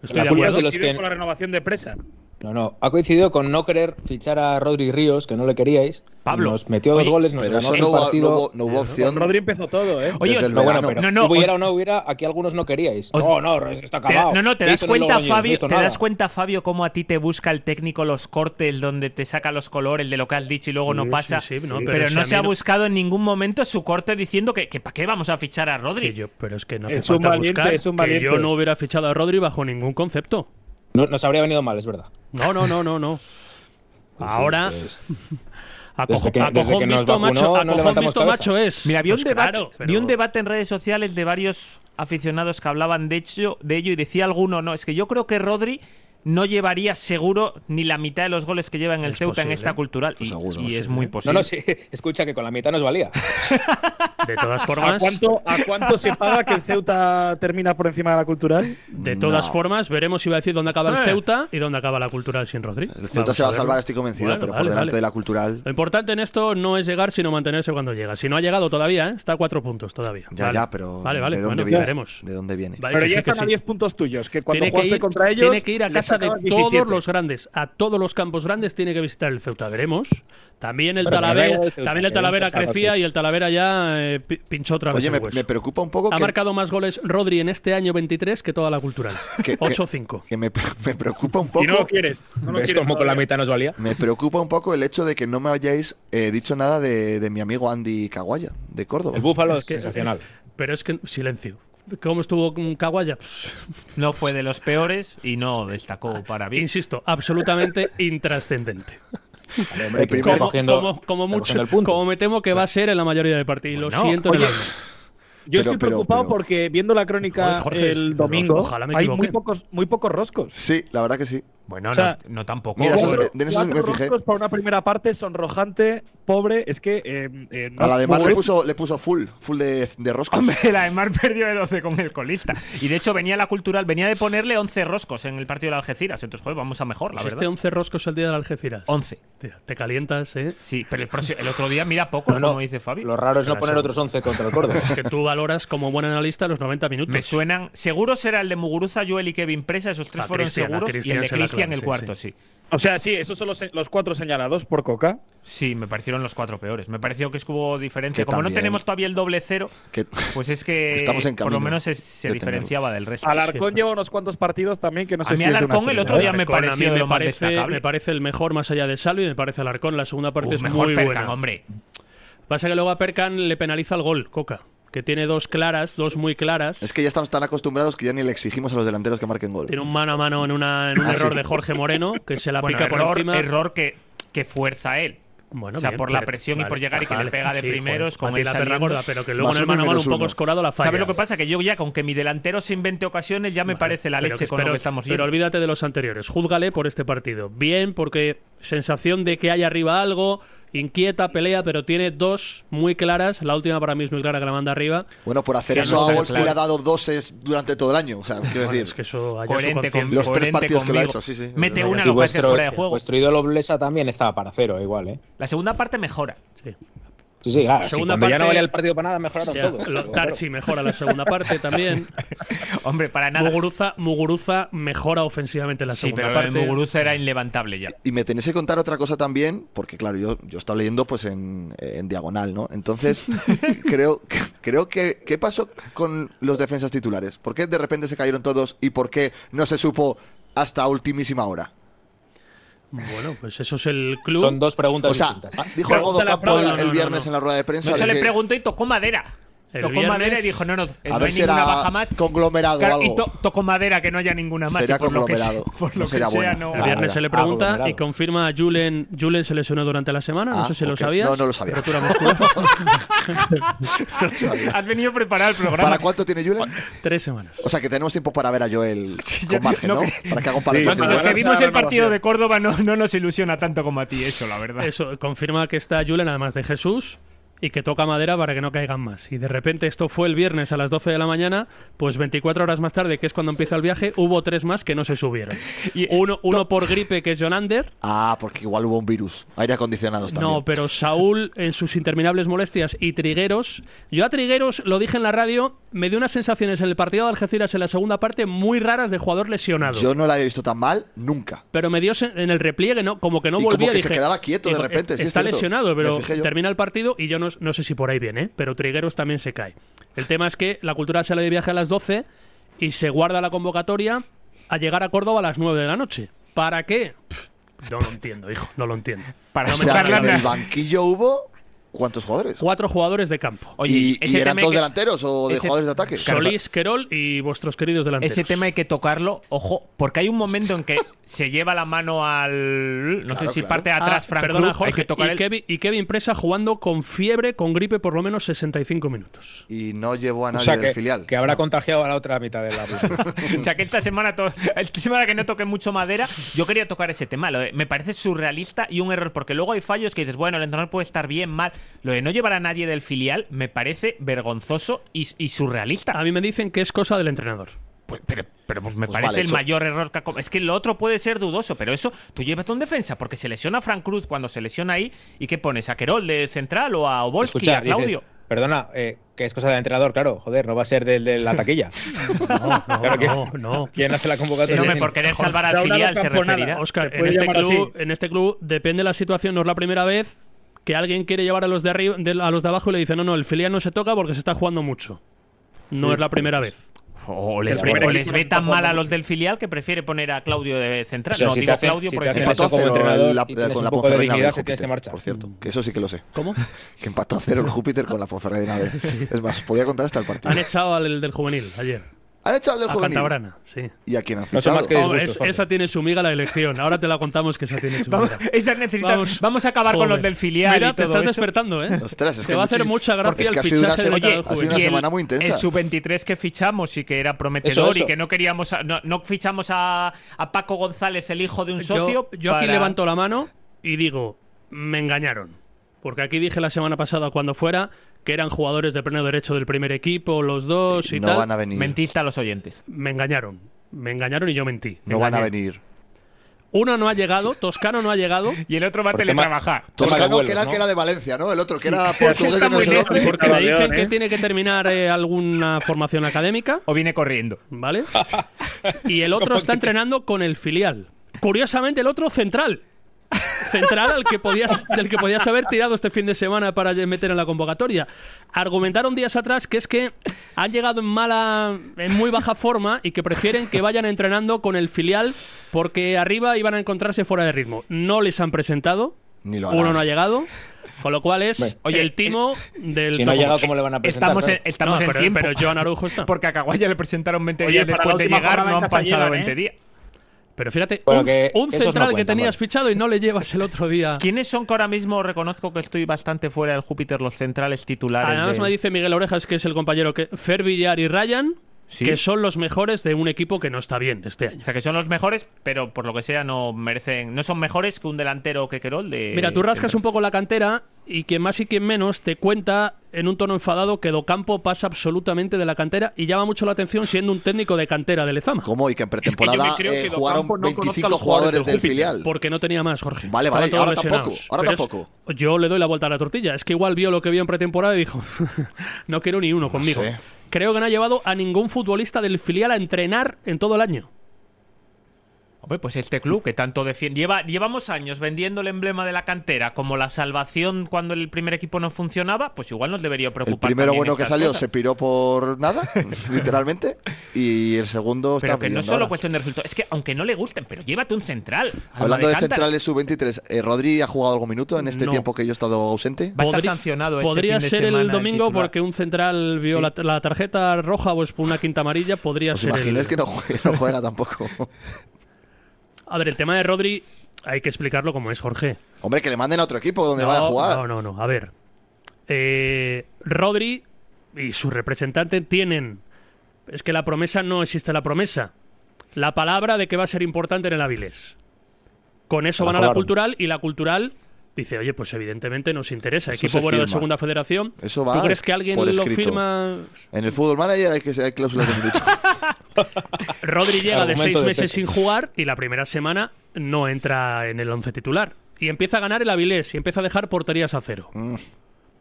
Estoy La de culpa es acuerdo. de los que-
por la renovación de presa.
No, no. Ha coincidido con no querer fichar a Rodri Ríos, que no le queríais.
Pablo.
Nos metió dos
Oye,
goles, nos
Pero
ganó
eso no
el
hubo,
partido.
no hubo- no hubo opción.
eh, Rodri empezó todo, ¿eh?
Oye,
desde el
No, bueno,
verano.
pero
No, no,
hubiera o no hubiera, aquí algunos no queríais. no, no, está
Te-
acabado.
no, no, te
¿Qué
das
hizo en el
cuenta,
Logroño? No
Fabio,
hizo
te
nada.
das cuenta, Fabio, cómo a ti te busca el técnico los cortes donde te saca los colores de lo que has dicho y luego no
Sí,
pasa.
sí, sí, no,
pero,
pero si a
no
mí
se ha
no-
buscado en ningún momento su corte diciendo que, que para qué vamos a fichar a
Que
Rodri.
yo- pero es que no hace
Es un
falta
valiente,
buscar.
es un
que
valiente.
yo no hubiera fichado a Rodri bajo ningún concepto.
No- nos habría venido mal, es verdad.
No, no, no, no, no. Ahora,
pues,
a
desde
cojo-
que-
a
desde
cojón
que nos
visto
vacunó,
macho, a
no
cojón
levantamos
visto
cabeza.
macho es.
Mira, vi un,
Pues
debate,
claro,
vi un
pero-
debate en redes sociales de varios aficionados que hablaban de, hecho, de ello y decía alguno, no, es que yo creo que Rodri no llevaría seguro ni la mitad de los goles que lleva en el
Es
Ceuta
posible.
en esta cultural. y
Pues seguro,
y
sí,
es
sí.
muy
¿eh?
No,
posible.
No, no, sí. Escucha que con la mitad nos valía.
De todas
¿A
formas,
cuánto, ¿A cuánto se paga que el Ceuta termina por encima de la cultural?
de todas
No.
formas, veremos si va a decir dónde acaba el
Eh.
Ceuta y dónde acaba la cultural sin Rodri.
El Ceuta se va a salvar, estoy convencido, pero por delante de la cultural.
Lo importante en esto no es llegar, sino mantenerse cuando llega. Si no ha llegado todavía, ¿eh? está a cuatro puntos todavía.
Ya,
Vale.
ya, pero
Vale, vale,
¿de dónde
bueno,
viene?
veremos.
¿De dónde viene?
Vale,
Pero
que
ya
sí, que
están a
sí.
10 puntos tuyos, que cuando
tiene que,
jugaste
ir,
contra ellos.
tiene que ir a
les
casa de
sacabas
todos
17.
los grandes, a todos los campos grandes tiene que visitar el Ceuta, veremos. También el
Bueno, pero da
Talavera,
igual el Ceuta,
también el
que
Talavera
vamos a pasar
crecía
aquí.
y el Talavera ya eh, pi- pinchó otra vez
¿eh? Oye,
el
me,
hueso.
me preocupa un poco
Ha
que,
marcado más goles Rodri en este año 23 que toda la cultural.
que- que-
8-5.
que me, me preocupa un poco.
Y no lo quieres. No lo
¿Ves
quieres
cómo con la
todavía.
mitad nos valía?
Me preocupa un poco el hecho de que no me hayáis eh, dicho nada de, de mi amigo Andy Caguaya, de Córdoba.
El búfalo
Es
es,
que-
sensacional.
Pero es que, silencio. ¿Cómo estuvo con Caguaya?
No fue de los peores y no destacó para bien.
Insisto, absolutamente intrascendente.
El primer-
Como,
Está cogiendo-
como- como
está
mucho,
cogiendo el punto.
como me temo que va a ser en la mayoría de partidos. Lo
Bueno,
siento en el
oye,
alma.
Yo
Pero-
estoy
pero-
preocupado
pero-
porque viendo la crónica
Joder, Jorge,
el
pero
domingo,
ojalá me
hay
equivoque.
muy pocos, muy pocos roscos.
Sí, la verdad que sí.
Bueno,
O sea,
no, no tampoco.
Mira, eso-
Cuatro-
en eso sí me
eh, cuatro
fijé.
roscos para una primera parte, sonrojante, pobre. Es que. eh, eh, no-
A la de Mar le
Mourinho-
puso, le puso full, full de, de roscos.
Hombre, la de Mar perdió de 12 con el colista. Y de hecho venía la cultural, venía de ponerle 11 roscos en el partido de Algeciras. Entonces, joder, vamos a mejor, la
Hiciste
verdad.
11 Pues este roscos el día de Algeciras.
11.
Te, te calientas, ¿eh?
Sí, pero el, próximo- el otro día mira pocos,
No, no.
como dice Fabi.
Lo raro es no
Espera,
poner
seguro.
otros 11 contra el Córdoba.
Es que tú valoras como buen analista los 90 minutos.
Me suenan. Seguro será el de Muguruza, Joel y Kevin Presa. Esos tres
A
fueron
Cristian, a
seguros. Y
Cristian
el de
se la
Cristian,
clavan,
el
sí,
cuarto, sí.
O sea, sí, esos son los, los cuatro señalados por Coca.
Sí, me parecieron los cuatro peores. Me pareció que hubo diferencia.
Que
Como no
también-
tenemos todavía el doble cero,
Que-
pues es que
Estamos en
por lo
camino
menos se, se
de tenerlo.
diferenciaba del resto.
Alarcón lleva unos cuantos partidos también que no sé
A mí
si es de una
Alarcón el
estrella,
otro día
¿eh?
me
Alarcón a
pareció
mí
de lo más
parece,
destacable.
me parece el mejor más allá de Salvi, me parece Alarcón. La segunda parte
Uf,
es
mejor
muy
Perkan,
buena.
hombre.
Pasa que luego a Perkan le penaliza el gol, Coca, que tiene dos claras, dos muy claras.
Es que ya estamos tan acostumbrados que ya ni le exigimos a los delanteros que marquen gol.
Tiene un mano a mano en, una, en un
Ah, sí.
error de Jorge Moreno, que se la
Bueno,
pica por
error,
encima.
error que, que fuerza él.
Bueno,
o sea,
bien,
por la
pero-
presión y
vale,
por llegar y que le
vale,
pega de
sí,
primeros
joder,
con él
patita perra
saliendo.
gorda, pero que luego
Más
en el
uno y
mano a mano
menos
un poco
uno.
escorado la falla.
¿Sabes lo que pasa? Que yo ya con que mi delantero se invente ocasiones ya me parece la
Pero
leche
que
con lo
espero-
que estamos
Pero
yendo.
olvídate de los anteriores. Júzgale por este partido. Bien, porque sensación de que hay arriba algo, inquieta, pelea, pero tiene dos muy claras. La última para mí es muy clara que la manda arriba.
Bueno, por hacer
Sí,
eso
no,
a
está
Wolski
claro.
le ha dado doses durante todo el año. O sea, quiero decir.
Es que eso allá su
Coherente con
conciencia.
Los tres
coherente
partidos que lo ha
conmigo.
hecho, sí, sí.
Mete
Y
una,
Y
lo que hace fuera de juego.
vuestro ídolo Blesa también estaba para cero, igual, ¿eh?
La segunda parte mejora.
Sí.
Sí, sí, claro.
Segunda
sí, cuando ya
parte-
no valía el partido para nada, mejoraron
Ya,
todos.
lo-
Pero
Tarsi
bueno.
mejora la segunda parte también.
Hombre, para
nada. Muguruza, Muguruza mejora ofensivamente la
Sí,
segunda
pero el
parte.
Muguruza era inlevantable ya.
Y me tenéis que contar otra cosa también, porque claro, yo, yo he estado leyendo pues en, en diagonal, ¿no? Entonces, creo, creo que ¿qué pasó con los defensas titulares? ¿Por qué de repente se cayeron todos y por qué no se supo hasta ultimísima hora?
Bueno, pues eso es el club.
Son dos preguntas
O sea, ah,
distintas.
Dijo algo
Pregúntale a
Docampo
Fraga.
el
No, no, no,
viernes
no.
en la rueda de prensa.
No, se
de
le
que-
preguntó y tocó madera.
El
tocó
viernes-
madera y dijo, no, no,
a
no
ver
hay
si
ninguna
era
baja más.
conglomerado
Claro,
o
Y
algo.
to- tocó madera, que no haya ninguna más.
Será
y por lo que sea-
conglomerado,
por
no
lo que
será
sea,
buena.
no.
El
Ah,
viernes se le pregunta y confirma a Julen. Julen se lesionó durante la semana. No
Ah,
sé si lo
ok.
sabías.
No, no lo sabía.
Rotura muscular.
Has venido a preparar el programa.
¿Para cuánto tiene Julen?
Tres semanas.
O sea, que tenemos tiempo para ver a Joel con margen,
no
¿no?
cre-
Para que haga un par de
Sí,
partidos.
Los que vimos el partido
renovación.
de Córdoba no, no nos ilusiona tanto como a ti eso, la verdad.
Eso, confirma que está Julen, además de Jesús, y que toca madera para que no caigan más. Y de repente, esto fue el viernes a las 12 de la mañana, pues 24 horas más tarde, que es cuando empieza el viaje, hubo tres más que no se subieron. uno, uno por gripe, que es Jonander.
Ah, porque igual hubo un virus. Aire acondicionado Pues también.
No, pero Saúl en sus interminables molestias y Trigueros. Yo a Trigueros lo dije en la radio, me dio unas sensaciones en el partido de Algeciras en la segunda parte muy raras de jugador lesionado.
Yo no la había visto tan mal nunca.
Pero me dio sen- en el repliegue, ¿no? Como que no
Y como
volvía.
que se
dije,
quedaba quieto de
digo,
repente, sí, es
está
cierto.
lesionado,
Me
pero
fijé yo.
termina el partido y yo no, no sé si por ahí viene, ¿eh? pero Trigueros también se cae. El tema es que la cultura sale de viaje a las 12 y se guarda la convocatoria a llegar a Córdoba a las 9 de la noche. ¿Para qué? Pff, No lo entiendo, hijo, no lo entiendo.
Para
no
o
me
sea, que
entra en
en
la
el
cabeza.
banquillo hubo cuántos jugadores.
Cuatro jugadores de campo.
¿Y, y
ese
eran
tema
todos
que-
delanteros o de
ese-
jugadores de ataque?
Solís, Querol y vuestros queridos delanteros.
Ese tema hay que tocarlo, ojo, porque hay un momento en que se lleva la mano al. No sé si parte de atrás,
Ah,
Frank
perdona,
Cruz,
Jorge,
hay que tocar
y,
el-
Kevin, y Kevin Presa jugando con fiebre, con gripe, por lo menos 65 minutos.
Y no llevó a
O
nadie
sea,
del
que,
filial.
que habrá contagiado a la otra mitad de la
O sea, que esta semana, to- esta semana que no toque mucho madera, yo quería tocar ese tema. Lo de- me parece surrealista y un error, porque luego hay fallos que dices, bueno, el entrenador puede estar bien, mal. Lo de no llevar a nadie del filial me parece vergonzoso y, y surrealista.
Ah.
A mí me dicen que es cosa del entrenador.
Pues, pero, pero pues me
Pues
parece
mal
el
hecho.
mayor error que ha com- Es que lo otro puede ser dudoso, pero eso, tú llevas un defensa, porque se lesiona Frank Cruz cuando se lesiona ahí, ¿y qué pones? ¿A Querol de central o a Obolski,
Escucha,
a Claudio?
dices, perdona, eh, que es cosa del entrenador, claro. Joder, no va a ser del de la taquilla.
No, no,
Claro que-
no, no.
¿Quién hace la convocatoria?
No, hombre, por querer salvar al filial se referirá.
Óscar,
Se
en
puede
este,
llamar
club, en este club depende la situación, no es la primera vez que alguien quiere llevar a los de arriba, de- a los de abajo y le dice, no, no, el filial no se toca porque se está jugando mucho. No es la primera vez.
O les,
El
ve,
primer
o les
equipo
ve
no
tan
juega
mal a
mucho.
los del filial que prefiere poner a Claudio de central.
O sea,
no,
si te
digo
hacen-
Claudio
si
por
te hacen
encima.
Empató a
Eso como
cero
entrenador
el- la-
y tienes
con
un
la
poco de
Ponferradina
dignidad,
del
se tienes que
Júpiter,
marchar.
Por cierto, que eso sí que lo sé.
¿Cómo?
Que empató a cero el Júpiter con la Ponferradina. B. Es más, podía contar hasta el partido.
Han echado al del juvenil ayer.
Han echado al del
a
juvenil.
Cantabrana, sí.
¿Y a quién han
No
fichado?
son más que
Oh,
disgustos,
es-
Jorge.
esa tiene su miga la elección. Ahora te la contamos que esa tiene su
Vamos,
miga.
esas necesitan- vamos,
Vamos,
a acabar con
joder.
los del filial.
Mira,
y
te
todo
estás
eso.
despertando, ¿eh?
Ostras, es
te
que
va a hacer
muchis-
mucha
porque es
gracia el
que ha sido una
fichaje del
semana-
entrenador
ha sido una
juvenil.
y el-
semana muy intensa.
El sub-23 que fichamos y que era prometedor
Eso, eso.
y que no queríamos. a- no, no fichamos a, a Paco González, el hijo de un socio.
Yo, yo aquí
para-
levanto la mano y digo, me engañaron. Porque aquí dije la semana pasada cuando fuera que eran jugadores de pleno derecho del primer equipo, los dos y
no
tal.
van a venir.
Mentiste a los oyentes.
Me engañaron. Me engañaron y yo mentí.
No
Engañé.
van a venir.
Uno no ha llegado, Toscano no ha llegado.
Y el otro va a
Porque ma-
teletrabajar.
Tema de
Toscano,
vuelos,
que era,
¿no?
que era de Valencia, ¿no? El otro, que era portugués
está
de no
muy
sé
lejos.
dónde.
Porque me
Avión,
dicen
¿eh?
que tiene que terminar eh, alguna formación académica,
O viene corriendo.
¿vale? Y el otro está entrenando con el filial. Curiosamente, el otro central. Central al que podías, del que podías haber tirado este fin de semana para meter en la convocatoria. Argumentaron días atrás que es que han llegado en mala, en muy baja forma y que prefieren que vayan entrenando con el filial porque arriba iban a encontrarse fuera de ritmo. No les han presentado,
Ni lo harán.
uno no ha llegado, con lo cual es
Oye,
el timo del
eh, Si no ha llegado,
Topomoch.
¿cómo le van a presentar?
Estamos en,
claro?
No,
estamos en
pero,
tiempo.
pero Joan Araujo está.
Porque a Caguaya le presentaron 20
Oye,
días
para la
después de
última
llegar,
jornada
no
en
han
casa
pasado
llegan,
20
¿eh?
días.
Pero fíjate,
Bueno,
un,
que
un
esos no
central que
cuentan,
tenías
vale.
fichado y no le llevas el otro día.
¿Quiénes son que ahora mismo reconozco que estoy bastante fuera del Júpiter, los centrales titulares?
Además
de-
me dice Miguel Orejas, que es el compañero que Fer Villar y Ryan
Sí.
que son los mejores de un equipo que no está bien este año.
O sea, que son los mejores, pero por lo que sea no merecen, no son mejores que un delantero que Querol de
Mira, tú rascas un poco la cantera y quien más y quien menos te cuenta en un tono enfadado que Docampo pasa absolutamente de la cantera y llama mucho la atención siendo un técnico de cantera de Lezama.
¿Cómo? Y que en pretemporada eh, jugaron 25 jugadores del filial.
Porque no tenía más, Jorge.
Vale, vale,
Estaban todos
ahora tampoco,
lesionados.
ahora
Pero es-
tampoco.
yo le doy la vuelta a la tortilla. Es que igual vio lo que vio en pretemporada y dijo, no quiero ni uno conmigo.
sé.
Creo que no ha llevado a ningún futbolista del filial a entrenar en todo el año.
Hombre, pues este club que tanto defiende. Lleva, llevamos años vendiendo el emblema de la cantera como la salvación cuando el primer equipo no funcionaba, pues igual nos debería preocupar.
El primero
también
bueno que
estas
salió
cosas.
se piró por nada, literalmente, y el segundo está
Pero que no
brillando
solo pues,
ahora.
cuestión de resultado, es que aunque no le gusten, pero llévate un central. Alma
Hablando de
Cántara.
centrales sub-23, eh, ¿Rodri ha jugado algún minuto en este
No.
tiempo que yo he estado ausente?
Va a estar sancionado este
podría
fin de
ser el
semana
domingo
titular.
porque un central vio
Sí.
la, la tarjeta roja pues por una quinta amarilla podría
¿Os
ser el-
imagináis Pues que no juega, no juega tampoco?
a ver el tema de Rodri hay que explicarlo como es Jorge
Hombre, que le manden a otro equipo donde
no,
vaya a jugar.
no no no a ver Eh, Rodri y su representante tienen es que la promesa no existe la promesa la palabra de que va a ser importante en el Avilés con eso
La
van a la
palabra.
cultural y la cultural dice oye pues evidentemente nos interesa
Eso
equipo
se
bueno de
firma.
segunda federación
Eso va
¿tú crees que alguien
por
lo
escrito.
firma
En el fútbol manager hay que hay cláusulas de minuto.
Rodri llega de
Argumento
seis
de
meses
peso.
sin jugar y la primera semana no entra en el once titular. Y empieza a ganar el Avilés y empieza a dejar porterías a cero.
Mm.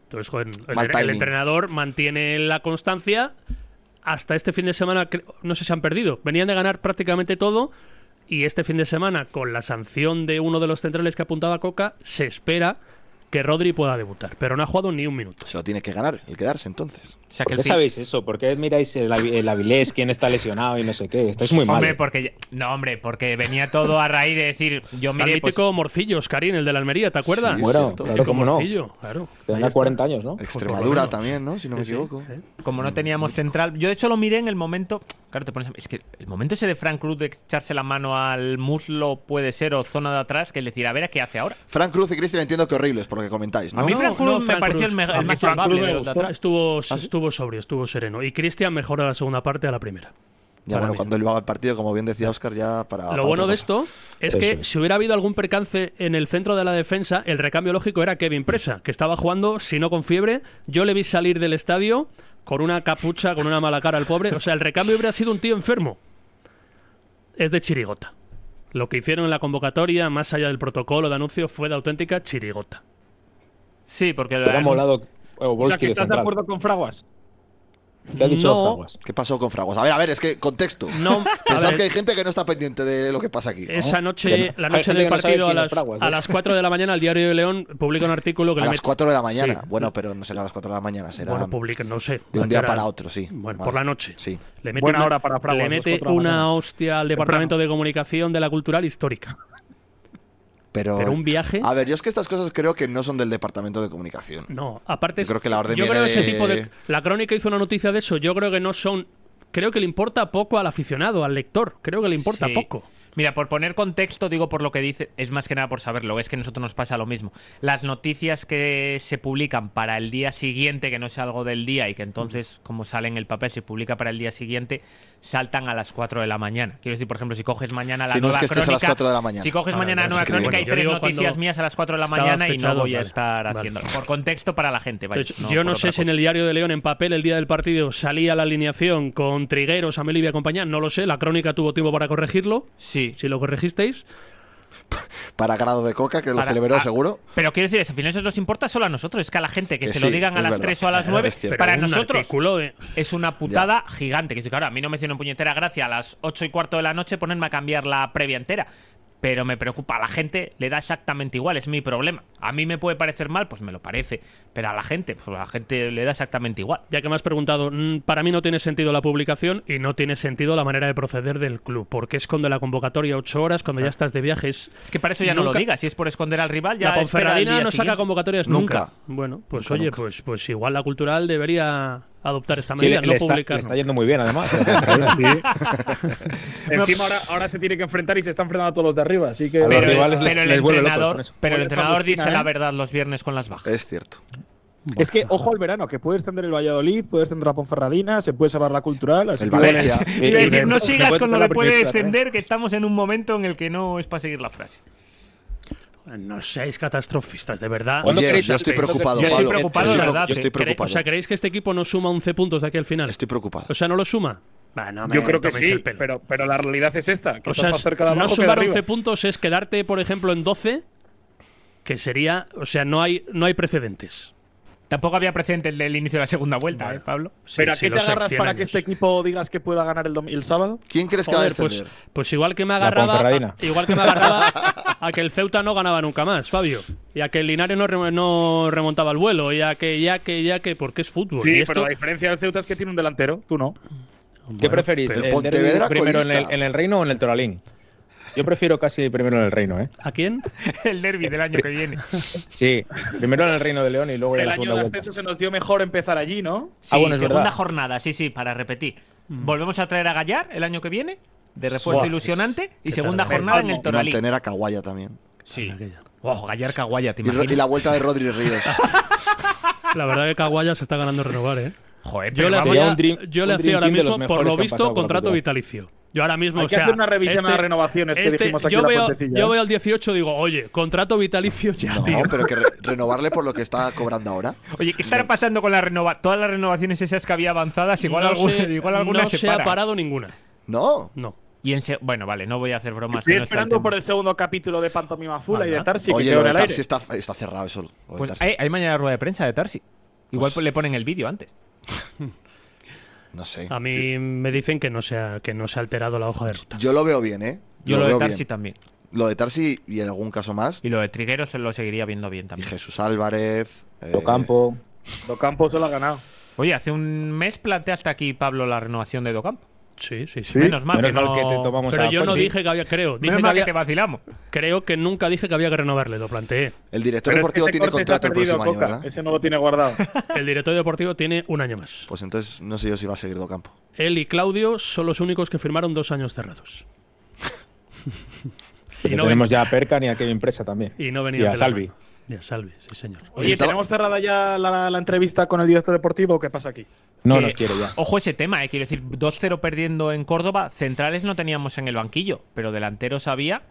Entonces, joder, el,
Mal
el
timing.
entrenador mantiene la constancia. Hasta este fin de semana, cre- no sé si han perdido. Venían de ganar prácticamente todo. Y este fin de semana, con la sanción de uno de los centrales que apuntaba Coca, se espera que Rodri pueda debutar. Pero no ha jugado ni un minuto.
Se lo tiene que ganar, el quedarse entonces.
que
¿Por
el
qué
fin-
sabéis eso? ¿Por qué miráis el, avi- el Avilés, quién está lesionado y no sé qué? Estáis muy mal.
Hombre, porque ya- no, hombre, porque venía todo a raíz de decir, yo
Está el
miré pues,
mítico Morcillo, Oscarín, el de la Almería, ¿te acuerdas?
Sí, Bueno, cierto. claro,
Mítico
cómo no.
Morcillo, claro. Ahí
Tendrá
está.
40 años, ¿no?
Extremadura también, ¿no? Si no me equivoco.
como no teníamos central, yo de hecho lo miré en el momento, claro, te pones a- es que el momento ese de Frank Cruz de echarse la mano al muslo puede ser o zona de atrás, que es decir, a ver a qué hace ahora.
Frank Cruz y Cristian entiendo que horribles porque comentáis, ¿no?
A mí Frank Cruz me
Frank
pareció el, me-
Cruz. A
el
mí
más
Frank
salvable
Cruz
de
me
los de
gustó.
atrás.
Estuvo, estuvo sobrio, estuvo sereno. Y Cristian mejora la segunda parte a la primera.
Ya
Para
bueno,
mí.
cuando él va al partido, como bien decía Oscar, ya para. para
Lo bueno
otra
de
cosa.
esto es
Eso
que
es.
si hubiera habido algún percance en el centro de la defensa, el recambio lógico era Kevin Presa, que estaba jugando, si no con fiebre. Yo le vi salir del estadio con una capucha, con una mala cara al pobre. O sea, el recambio hubiera sido un tío enfermo. Es de chirigota. Lo que hicieron en la convocatoria, más allá del protocolo de anuncio, fue de auténtica chirigota.
Sí, porque
Te ha
anun-
molado.
O sea, que estás de acuerdo con Fraguas.
¿Qué ha dicho
No.
Fraguas?
¿Qué pasó con Fraguas? A ver, a ver, es que contexto.
No, a
Pensad
ver,
que hay gente que no está pendiente de lo que pasa aquí. ¿no?
Esa noche, la
Ah,
Hay
noche
gente
del
que no sabe
partido, a
quién es
las,
Fraguas,
a
¿eh?
las 4 de la mañana, el Diario de León publica un artículo que
A
le
las
met-
4 de la mañana.
Sí.
Bueno, pero no será a las 4 de la mañana, será
Bueno, publica, no sé.
de
¿a
un
qué
día
hora?
para otro, sí.
Bueno,
Vale.
por la noche.
Sí.
Le mete
Buena
una,
hora para Fraguas,
le
las
mete
cuatro de la
una
mañana.
hostia al Departamento de Comunicación de la Cultural Histórica.
Pero,
Pero un viaje.
A ver, yo es que estas cosas creo que no son del departamento de comunicación.
No, aparte.
Yo creo que la orden
yo creo
viene
que ese
de-
tipo de. La crónica hizo una noticia de eso. Yo creo que no son. Creo que le importa poco al aficionado, al lector. Creo que le importa
Sí.
poco.
Mira, por poner contexto, digo por lo que dice, es más que nada por saberlo, es que a nosotros nos pasa lo mismo. Las noticias que se publican para el día siguiente, que no es algo del día y que
Mm.
entonces, como sale en el papel, se publica para el día siguiente, saltan a las 4 de la mañana. Quiero decir, por ejemplo, si coges mañana la
Si no es
nueva
que estés a las
crónica.
4 de la mañana.
Si coges
Ahora,
mañana la
no,
nueva
escribiendo.
crónica, hay
Yo
tres
digo cuando
noticias mías a las 4 de la
estaba
mañana y
fechado,
no voy a
vale.
estar
Vale.
haciéndolo. Por contexto para la gente, vaya.
Entonces, yo
por
no
otra
sé si en
cosa.
el diario de León, en papel, el día del partido salía la alineación con Trigueros, Amelivia y compañía. No lo sé. La crónica tuvo tiempo para corregirlo.
Sí.
Si lo corregisteis.
Para grado de coca, que lo
Para-
celebró
ah,
seguro.
Pero quiero decir, al final eso nos importa solo a nosotros, es que a la gente que
Que
se
sí,
lo digan a
es
las
verdad.
3 o a las
Es
9,
cierto.
para
Pero un
nosotros
artículo de-
es una putada gigante. Que claro, a mí no me hicieron puñetera gracia a las 8 y cuarto de la noche ponerme a cambiar la previa entera. Pero me preocupa, a la gente le da exactamente igual, es mi problema. A mí me puede parecer mal, pues me lo parece. Pero a la gente, pues a la gente le da exactamente igual.
Ya que me has preguntado, mm, para mí no tiene sentido la publicación y no tiene sentido la manera de proceder del club, porque es cuando la convocatoria ocho horas, cuando ya
Ah.
estás de viajes.
Es que para eso ya no
Nunca-
lo digas, si es por esconder al rival, ya espera
la
el
Ponferradina
día
no saca
siguiente.
convocatorias nunca.
Nunca.
Bueno, pues
Nunca,
oye,
nunca.
Pues, pues igual la cultural debería adoptar esta
Sí,
medida,
le,
no
le está, le
publicar.
está yendo muy bien, además.
Encima ahora, ahora se tiene que enfrentar y se está enfrentando a todos los de arriba, así que
A los
Pero, el-
rivales les-
pero el
les vuelve locos
entrenador,
con eso.
pero el
Oye,
entrenador
Agustina,
dice la
¿eh?
verdad los viernes con las bajas.
Es cierto.
Es que, ojo al verano, que puedes tener el Valladolid, puedes tener a Ponferradina, se puede salvar la cultural. Así
El
que,
Valencia.
bueno,
Eh,
Iba a decir, no
se
sigas con lo
tener
de
la
puede
primera, ¿eh?
descender, que estamos en un momento en el que no es para seguir la frase.
No seáis catastrofistas, de verdad.
Oye, Oye, yo estoy preocupado,
Yo estoy Pablo. preocupado, de
O sea,
verdad,
¿cre- Pues,
yo estoy
preocupado.
O sea, ¿creéis que este equipo no suma 11 puntos de aquí al final? Estoy
preocupado.
O sea, ¿no lo suma? Bah, no me
Yo creo que
toméis
sí,
el pelo.
pero, pero la realidad es esta. Que
O sea,
estás más cerca de
no
abajo que de
sumar
arriba.
11 puntos es quedarte, por ejemplo, en 12, que sería, o sea, no hay, no hay precedentes.
Tampoco había presente el del inicio de la segunda vuelta, ¿eh, Pablo?
¿Pero a qué te agarras para que este equipo digas que pueda ganar el, dom- el sábado?
¿Quién crees
Joder, pues, pues igual que me agarraba,
Ponferradina.
igual que me agarraba a que el Ceuta no ganaba nunca más, Fabio, y a que el Linares no, remo- no remontaba el vuelo, y a que ya que ya que porque es fútbol.
Sí,
y
pero
esto,
la diferencia del Ceuta es que tiene un delantero, tú no.
¿Qué preferís? Eh,
pero-
¿El derbi
Pontevedra
primero en
colista.
el, en el reino o en el Toralín? Yo prefiero casi primero en el reino, ¿eh?
¿A quién?
el derby del año que viene.
Sí, primero en el reino de León y luego en
El
la
año
segunda
de
vuelta.
ascenso se nos dio mejor empezar allí, ¿no?
Sí,
Ah, bueno, es
segunda
verdad.
jornada, sí, sí, para repetir. Volvemos a traer a Gallar el año que viene, de refuerzo
Buah,
ilusionante, y
qué
segunda
tarde.
jornada en el Toralín.
Mantener a Caguaya también.
Sí. Wow, Gallar Caguaya, te
Y, ro-
imaginas.
y la vuelta de Rodri Ríos.
la verdad que Caguaya se está ganando renovar, eh.
Joder,
yo
pero
le
vamos,
hacía,
un dream-
yo le
un
hacía
dream
ahora
team de los
mismo, por
mejores que han
lo
pasado
visto,
por la
contrato
cultural.
vitalicio. Yo ahora mismo,
Hay
o
que
sea,
hacer una revisión a las renovaciones que
este-
dijimos aquí
yo
en la
veo,
puentecilla,
Yo
¿eh?
veo al 18 y digo, oye, contrato vitalicio ya, tío.
Pues
No, pero que re- renovarle por lo que está cobrando ahora.
Oye, ¿qué estará pasando con la renova todas las renovaciones esas que había avanzadas? Igual,
No
alguna,
se-
igual alguna
no
se,
se ha
para.
parado ninguna.
No.
No.
Y en se- bueno, vale, no voy a hacer bromas.
Estoy
que no está el
esperando
tema.
por el segundo capítulo de Pantomima Fula y de Tarsi, que
Oye,
quedó
lo
en
de
el aire.
Tarsi está, está cerrado eso. lo de
Pues
Tarsi.
hay, hay mañana rueda de prensa de Tarsi. Igual le ponen el vídeo antes.
No sé.
A mí me dicen que no se ha, que no se ha alterado la hoja de ruta.
Yo lo veo bien, ¿eh?
Yo lo, de
veo
Tarsi
bien.
también.
Lo de Tarsi y en algún caso más.
Y lo de Trigueros lo seguiría viendo bien también.
Jesús Álvarez. eh,
Campo.
Docampo se lo ha ganado.
Oye, hace un mes planteaste aquí, Pablo, la renovación de Docampo.
Sí, sí, sí.
Menos mal,
Menos
que,
mal
no-
que te tomamos
Pero
a
yo no
Pozzi.
dije que había, creo. Dije
Menos
que
mal que
había-
te vacilamos.
creo que nunca dije que había que renovarle, lo planteé.
El director
Pero es que
deportivo
ese
tiene
corte se ha
contrato el
perdido,
próximo año,
Coca.
¿verdad?
Ese no lo tiene guardado.
El director deportivo tiene un año más.
Pues entonces no sé yo si va a seguir Docampo.
Él y Claudio son los únicos que firmaron dos años cerrados.
Porque
no
tenemos ya a Percan y a Kevin Presa también.
Y no venía
Y a Salvi.
Ya Salvi, sí, señor.
Oye, ¿tenemos cerrada ya la, la entrevista con el director deportivo o qué pasa aquí?
No
Que-
nos quiere ya.
Ojo ese tema, eh, quiero decir, 2-0 perdiendo en Córdoba, centrales no teníamos en el banquillo, pero delanteros había,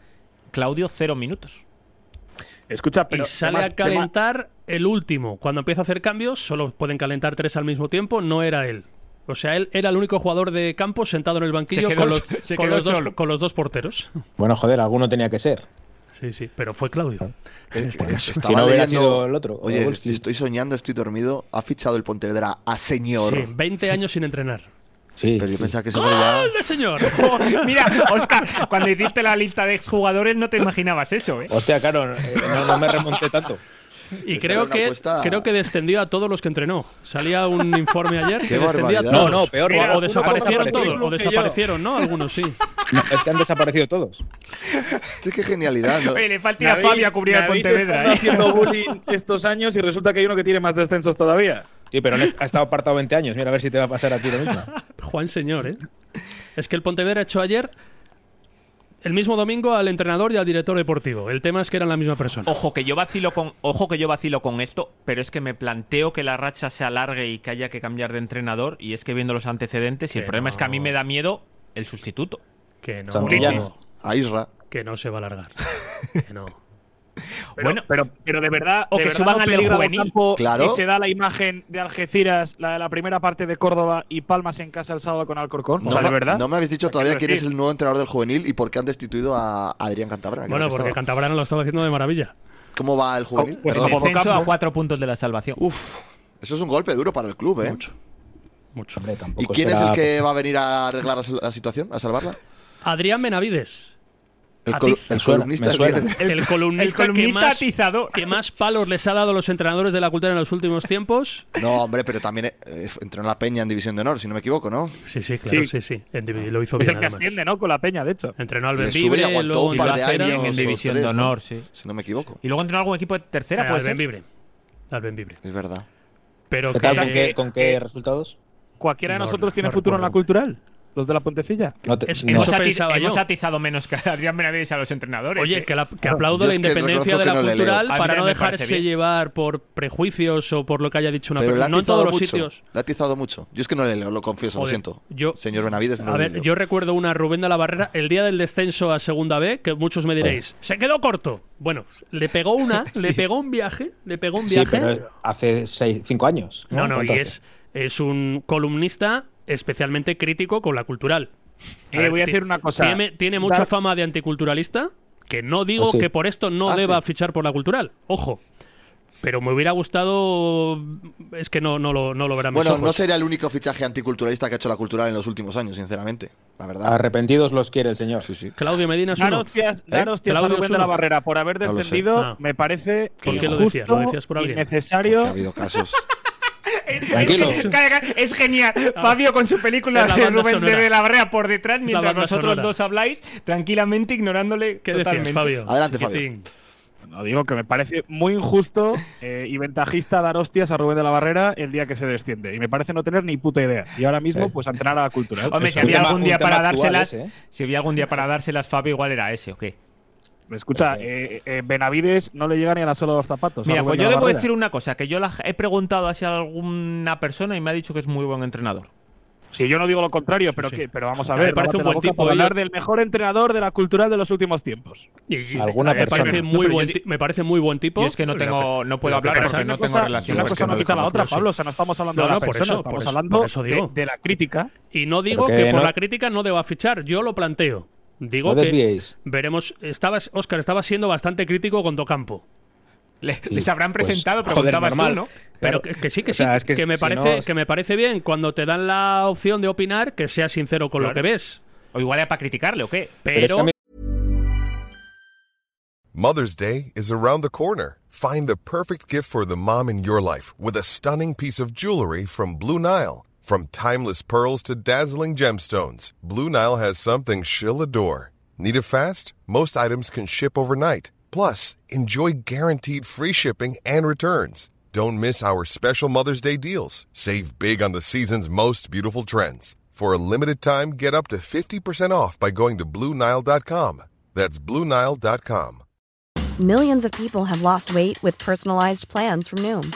Claudio 0 minutos.
Escucha, pero
y sale
además,
a calentar el último. Cuando empieza a hacer cambios, solo pueden calentar tres al mismo tiempo, no era él. O sea, él era el único jugador de campo sentado en el banquillo
quedó
con,
s-
los,
se
con
quedó
los dos,
solo.
con los dos porteros.
Bueno, joder, alguno tenía que ser.
Sí, sí, pero fue Claudio. En este caso.
Si no hubiera sido el otro.
Eh, Oye,
o Golski.
estoy soñando, estoy dormido. Ha fichado el Pontevedra a señor.
Sí, 20 años sin entrenar.
Sí,
Pero yo
sí.
pensaba que eso ya.
¡Gol de señor!
Mira, Oscar, cuando hiciste la lista de exjugadores no te imaginabas eso, ¿eh?
Hostia, claro, eh, no, no me remonté tanto.
Y
Esa
creo
era una
que,
apuesta-
creo que descendió a todos los que entrenó. Salía un informe ayer que
¡Qué
descendía
barbaridad!
a
No,
todos.
no, peor,
O-
mira,
O,
uno
desaparecieron
desapareció.
todos. O desaparecieron, ¿no? Algunos sí.
Es que han desaparecido todos.
Sí, qué genialidad, ¿no?
Oye, le falta ir
me
a
habéis-
Fabi a cubrir
me
al
habéis
Pontevedra,
estado
¿eh?
haciendo bullying estos años y resulta que hay uno que tiene más descensos todavía.
Sí, pero él ha estado apartado 20 años. Mira, a ver si te va a pasar a ti lo mismo.
Juan Señor, ¿eh? Es que el Pontevedra echó ayer el mismo domingo al entrenador y al director deportivo. El tema es que eran la misma persona.
Ojo que yo vacilo con, ojo que yo vacilo con esto, pero es que me planteo que la racha se alargue y que haya que cambiar de entrenador, y es que viendo los antecedentes, y el
Que
problema es que a mí
no.
me da miedo el sustituto.
Que no,
Santillán.
A Isra.
que no se va a alargar. Que no.
Pero,
Bueno.
pero, pero de verdad,
O
de
que
verdad
suban
no
al del
peligra
juvenil.
Docampo
Claro.
Si se da la imagen de Algeciras, la de la primera parte de Córdoba y Palmas en casa el sábado con Alcorcón.
No,
o sea,
me-
de verdad.
no me habéis dicho
Lo
todavía
quiero
quién es
decir.
el nuevo entrenador del juvenil y por qué han destituido a Adrián Cantabria. que era
Bueno,
el que
porque
estaba.
Cantabrana lo estaba haciendo de maravilla.
¿Cómo va el juvenil?
pues
Perdón.
como
Descenso
Campo.
a cuatro puntos de la salvación.
Uf, eso es un golpe duro para el club, ¿eh?
Mucho. Mucho.
Hombre,
¿Y
tampoco
quién es
será-
el que va a venir a arreglar la, la situación, a salvarla?
Adrián Benavides.
El,
A
col-
ti.
el
Me suena,
columnista
me
del
suena.
viernes.
El, columnista, que,
columnista
más,
atizador.
que más palos les ha dado los entrenadores de la cultura en los últimos tiempos.
No, hombre, pero también eh, entró en la Peña en División de Honor, si no me equivoco, ¿no?
Sí, sí, claro, sí,
Sí.
sí. En Divi- Lo hizo
Es
bien,
el que
además.
asciende, ¿no? Con la peña, de hecho.
Entrenó al
Le sube y
Benvibre,
aguantó
luego
un par de
Ilacera.
años.
en División
o tres,
de Honor,
¿no?
sí.
Si no me equivoco.
Y luego entró algún equipo de tercera,
Eh,
Al
puede ser.
Benvibre. Al Benvibre.
Es verdad.
Pero
¿Qué tal?
que-
¿Con qué, con qué resultados?
¿Cualquiera de
No,
nosotros
no,
tiene
no
futuro en la
recuerdo.
cultural? los de la Pontecilla.
No te- Es- no. hemos ati- hemos atizado menos que Adrián Benavides a los entrenadores.
Oye,
¿eh?
que, la- que aplaudo la independencia de la cultural para no dejarse llevar por prejuicios o por lo que haya dicho una
Pero la
persona.
ha
No en
atizado
todos los
mucho.
sitios.
La ha atizado mucho. Yo es que no le leo, lo confieso, lo
Joder,
siento.
yo-
Señor Benavides, no
A
le
ver,
leo.
yo recuerdo una Rubén de la Barrera el día del descenso a Segunda B, que muchos me diréis, se quedó corto. Bueno, le pegó una, le pegó un viaje, le pegó un
Sí,
viaje.
pero es- hace seis, cinco años.
No, no, y
¿Cuánto hace?
es, es un columnista especialmente crítico con la cultural.
Eh,
A ver,
voy a
ti-
hacer una cosa.
Tiene, tiene mucha
Dar-
fama de anticulturalista, que no digo
Ah, sí.
que por esto no
Ah,
deba
sí.
fichar por la cultural, ojo. Pero me hubiera gustado. Es que no, no, lo, no lo verán mis
Bueno,
ojos.
no sería el único fichaje anticulturalista que ha hecho la cultural en los últimos años, sinceramente. La verdad.
Arrepentidos los quiere el señor.
Sí, sí.
Claudio Medina es
Dar
uno.
hostias-
dar hostias a
Claudio
Rubén
es
de la
uno.
Barrera por haber
No lo sé.
descendido
Ah.
me parece
¿Por qué lo
injusto,
decías? ¿Lo decías por alguien?
innecesario.
Ha habido casos.
Tranquilo.
Calla, calla, Es genial. Fabio con su película
Ah. Es la
de
banda
Rubén
sonora.
de la Brea por detrás,
Es la
mientras
banda
nosotros
sonora.
dos habláis tranquilamente, ignorándole
¿Qué
totalmente.
decías, Fabio? Chiquitín.
No digo que me parece muy injusto eh, y ventajista dar hostias a Rubén de la Barrera el día que se desciende. Y me parece no tener ni puta idea. Y ahora mismo, pues a entrenar a la cultura.
Hombre, si había algún día para dárselas,
¿eh?
si había algún día para dárselas, Fabio igual era ese, ¿o qué?
Escucha, eh, eh, Benavides no le llega ni a la sola de los zapatos. a
Mira,
Rubén
pues
de
yo
la
debo
Barrera.
decir una cosa, que yo la he preguntado hacia alguna persona y me ha dicho que es muy buen entrenador.
Sí, yo no digo lo contrario, pero, que- pero vamos a
Me
ver.
parece un
lávate la
buen
boca
tipo,
por
yo-
hablar del mejor entrenador de la cultural de los últimos tiempos.
Y- y-
Alguna
me Parece
persona.
muy
No,
buen
pero
ti- me parece muy buen tipo.
yo es que no
Lo que-
tengo- no puedo
lo que
hablar
pasa-
porque no
Una cosa- si una
este
cosa no quita la otra, Pablo. O sea, no estamos hablando
No,
de la
no, por
persona,
eso, por
estamos
eso-
hablando
por eso
de-
digo.
de la crítica.
Y no digo
Pero
que,
que
por
no-
la crítica no deba fichar, yo lo planteo. Digo
No
que
desviéis.
veremos. Estabas, Oscar, estaba siendo bastante crítico con Docampo.
les habrán
pues,
presentado,
joder,
preguntabas tú,
normal.
¿no?
Claro.
Pero que, que sí, que
O
sí,
sea, es
que,
que
me
si
parece,
no-
que me parece bien cuando te dan la opción de opinar que seas sincero con lo que
Claro.
ves.
O igual era para criticarle, ¿o qué?
Pero,
Mother's Day is around the corner. Find the perfect gift for the mom in your life with a stunning piece of jewelry from Blue Nile. From timeless pearls to dazzling gemstones, Blue Nile has something she'll adore. Need it fast? Most items can ship overnight. Plus, enjoy guaranteed free shipping and returns. Don't miss our special Mother's Day deals. Save big on the season's most beautiful trends. For a limited time, get up to 50% off by going to BlueNile.com. That's BlueNile.com.
Millions of people have lost weight with personalized plans from Noom,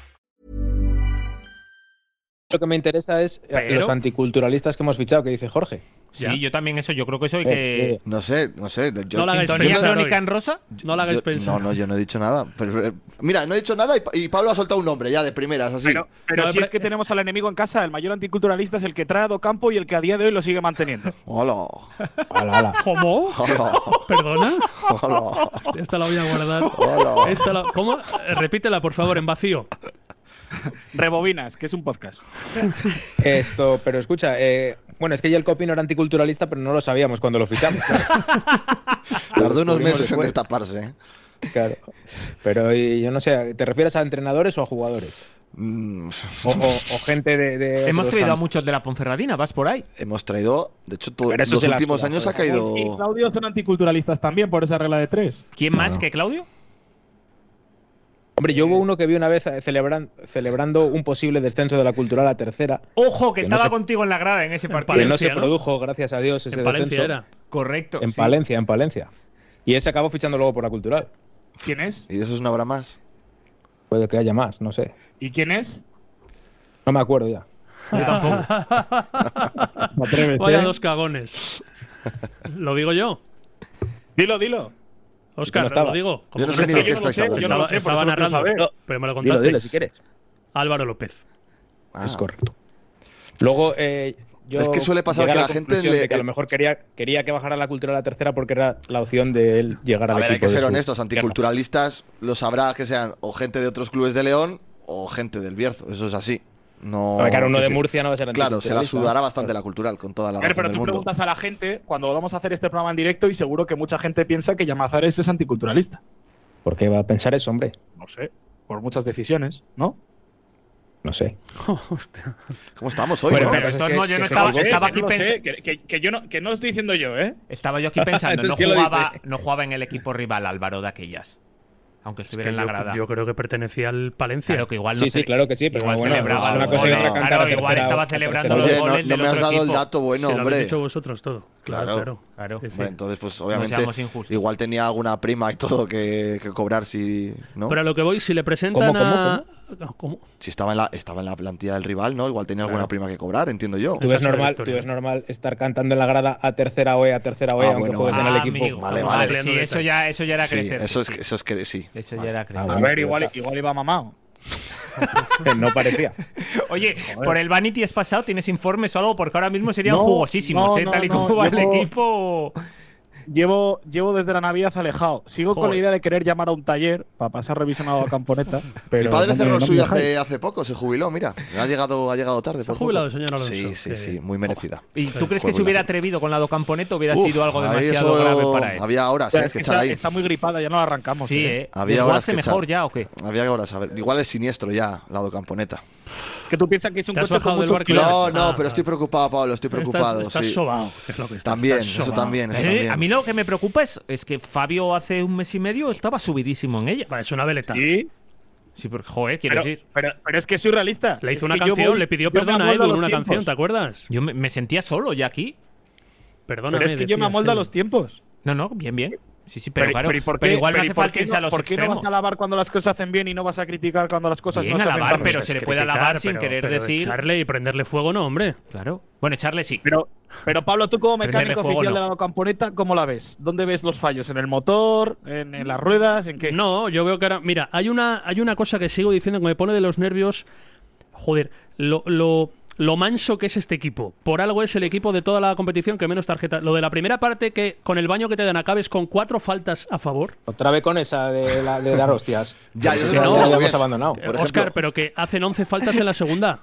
Lo que me interesa es
eh,
Pero-
los anticulturalistas que hemos fichado, que dice Jorge.
Sí, yo también eso, yo creo que soy
Eh,
que...
eh.
No sé, no sé. Yo,
¿No la hagáis ¿Sintonía pensar crónica hoy. en rosa? No la hagáis
yo-
pensar.
No, no, yo no he dicho nada. Pero, eh, mira, no he dicho nada y, Pa- y Pablo ha soltado un nombre ya de primeras, así.
Pero, pero si es que tenemos al enemigo en casa, el mayor anticulturalista es el que trae a Docampo y el que a día de hoy lo sigue manteniendo.
Hola.
Hola, hola.
¿Cómo?
Hola.
¿Perdona?
Hola.
Esta la voy a guardar.
Hola.
Esta la- ¿Cómo? Eh, Repítela, por favor, en vacío.
Rebobinas, que es un podcast.
Esto, pero escucha, eh, bueno, es que ya el Copino era anticulturalista, pero no lo sabíamos cuando lo fichamos.
Tardó unos
descubrimos
meses en
después.
destaparse. ¿eh?
Claro. Pero y yo no sé, ¿te refieres a entrenadores o a jugadores?
Mm,
O, o- o gente de. de
Hemos
otros
traído a
ámbitos.
muchos de la Ponferradina, vas por ahí.
Hemos traído, de hecho, todos
Pero eso
los
se la
últimos
suda,
años ha
joder.
caído.
Y Claudio son anticulturalistas también por esa regla de tres.
¿Quién más que Claudio?
Hombre, yo hubo uno que vi una vez eh, celebran- celebrando un posible descenso de la cultural a tercera.
Ojo, que
Que no
estaba
se-
contigo en la grada en ese partido.
que no se produjo, gracias a Dios, ese
En Palencia
descenso.
era. Correcto.
En
sí.
Palencia, en Palencia. Y ese acabó fichando luego por la cultural.
¿Quién es?
Y de esos no habrá más.
Puede que haya más, no sé.
¿Y quién es?
No me acuerdo ya.
Yo tampoco.
No atreves,
Este-
Vaya
¿eh?
dos cagones. ¿Lo digo yo?
Dilo, dilo.
no
Oscar, lo
estabas.
digo.
Yo no sé ni de qué estáis hablando.
Estaba,
Yo no lo sé, por
estaba
eso lo quiero
narrando,
saber.
pero me lo
Dilo,
contaste.
dilo, si quieres.
Álvaro López.
Ah,
Es correcto. Ah. Luego, eh, yo
Es que suele pasar
llegué
que
a
la gente
conclusión
le- eh,
de que a lo mejor quería, quería que bajara la cultura a la tercera porque era la opción de él llegar
A
al
ver, hay
equipo
que
de
ser
su
honestos,
tierra.
anticulturalistas los habrá que sean o gente de otros clubes de León o gente del Bierzo, eso es así. No,
Hombre, claro, uno
es
de
decir,
Murcia no va a ser
Claro, se la
anticulturalista.
sudará bastante la cultural, con toda la
Claro,
razón
pero
del
tú
mundo.
preguntas a la gente cuando volvamos a hacer este programa en directo y seguro que mucha gente piensa que Llamazares es anticulturalista.
¿Por qué va a pensar eso, hombre?
No sé, por muchas decisiones, ¿no?
No sé.
¿Cómo estamos
hoy,
Bueno,
no?
pero
Pero
es
esto
que-
no, yo
que
no
se
estaba,
jugó.
estaba
Que
aquí
no lo sé,
pensando.
Que, que- que yo no, que no lo estoy diciendo yo, ¿eh?
Estaba yo aquí pensando, no
Entonces, ¿quién lo
jugaba,
dice?
no jugaba en el equipo rival Álvaro de aquellas. Aunque estuviera
que
en la
yo-
grada.
yo creo que pertenecía al Palencia.
Claro que igual Ah, no
Sí, sí,
cele-
claro que sí, pero
igual
bueno,
celebraba
es una
los
cosa y otra
goles.
cantar
Claro,
a tercera-
igual estaba
a tercera.
celebrando
Oye,
los
no-
goles
no
del
me has
otro
dado el
equipo.
dato bueno,
Se lo
hombre.
habéis dicho vosotros todo.
Claro.
claro. Sí, sí.
Hombre, entonces, pues
No
obviamente,
seamos injustos.
igual tenía alguna prima y todo que, que cobrar si. ¿no?
Pero a lo que voy, si le presentan
¿Cómo, cómo,
a. No, ¿Cómo?
Si estaba en, la, estaba en la plantilla del rival, ¿no? Igual tenía alguna prima que cobrar, entiendo yo.
¿Tú ves, normal, tú ves normal estar cantando en la grada a tercera OE, a tercera OE,
Ah,
aunque
bueno,
juegues en el
vale.
equipo?
Amigo,
Vale,
vamos
vale.
ampliando
Sí,
eso
detalles.
ya- eso ya era
Sí,
crecer,
Eso es,
sí.
eso es que sí.
Eso ya era crecer.
Ah,
A
bueno,
ver, igual, igual iba mamado.
no parecía.
Oye, por el Vanity has pasado, ¿tienes informes o algo? Porque ahora mismo serían
No,
jugosísimos,
no,
¿eh?
no,
Tal y
no,
como va el
yo-
equipo.
Llevo, llevo desde la Navidad alejado. Sigo con
Joder.
la idea de querer llamar a un taller para pasar revisionado a Camponeta. Pero
Mi padre
no me-
cerró el
no me
suyo
dejáis.
hace, hace poco, se jubiló, mira. Ha llegado, ha llegado tarde. por poco.
jubilado el señor Alonso,
Sí, sí,
que-
sí, muy merecida.
¿Y tú crees que
Jubilado.
se hubiera atrevido con la do Camponeto? Hubiera
Uf,
sido algo
ahí
demasiado
eso-
grave para él.
Había horas,
O sea,
eh,
es
que
que
echar
está,
ahí.
está muy gripada, ya no la arrancamos.
Sí, ¿eh?
Había horas
¿Desguace
que
mejor
echar.
ya o qué?
Había horas, a ver. Igual es siniestro ya, lado camponeta.
Es que tú piensas que es un
¿Te has
coche con
bajado del
muchos
barco?
kilos.
No,
Ah,
no, pero
vale.
estoy preocupado, Pablo, estoy preocupado.
Estás, estás
sí.
sobado, que es lo que estás.
También,
estás
eso
sobao.
también, eso
Eh,
también.
A mí lo que me preocupa es, es que Fabio hace un mes y medio estaba subidísimo en ella.
Vale, Es una veleta.
Sí,
Sí, pero, joder, quiero
pero,
decir.
pero, pero es que soy realista.
Le hizo
Es
una
que yo
canción,
voy-
le pidió
yo me
perdón a
amoldo
Edu en
los
una
tiempos.
canción, ¿te acuerdas?
Yo me, me sentía solo ya aquí.
Perdóname.
Pero es que yo me
decías, eh,
amoldo a
Edu.
los tiempos.
No, no, bien, bien. Sí, sí, pero,
Pero-
claro,
pero ¿y por
pero
qué-
igual
pero
no
¿y
hace
por
falta
qué
irse a
no-
los
¿Por qué no
extremos.
vas a alabar cuando las cosas hacen bien y no vas a criticar cuando las cosas
Bien,
no se hacen
alabar,
bien?
pero se le puede alabar sin
pero-
querer
pero
decir-
Echarle y prenderle fuego, no, hombre.
Claro. Bueno, echarle sí.
Pero, pero Pablo, tú como
Prenderle
mecánico
fuego,
oficial
no.
de la camponeta, ¿cómo la ves? ¿Dónde ves los fallos? ¿En el motor? ¿En, en las ruedas? ¿En qué?
No, yo veo que ahora. Mira, hay una, hay una cosa que sigo diciendo que me pone de los nervios. Joder, lo, lo, lo manso que es este equipo. Por algo es el equipo de toda la competición que menos tarjetas. Lo de la primera parte, que con el baño que te dan acabes con cuatro faltas a favor.
Otra vez con esa de, la, de dar hostias.
Ya, yo
Eso
sé
ya
no,
lo
no,
habíamos
ves.
abandonado.
Por ejemplo-
Oscar, pero que hacen 11 faltas en la segunda.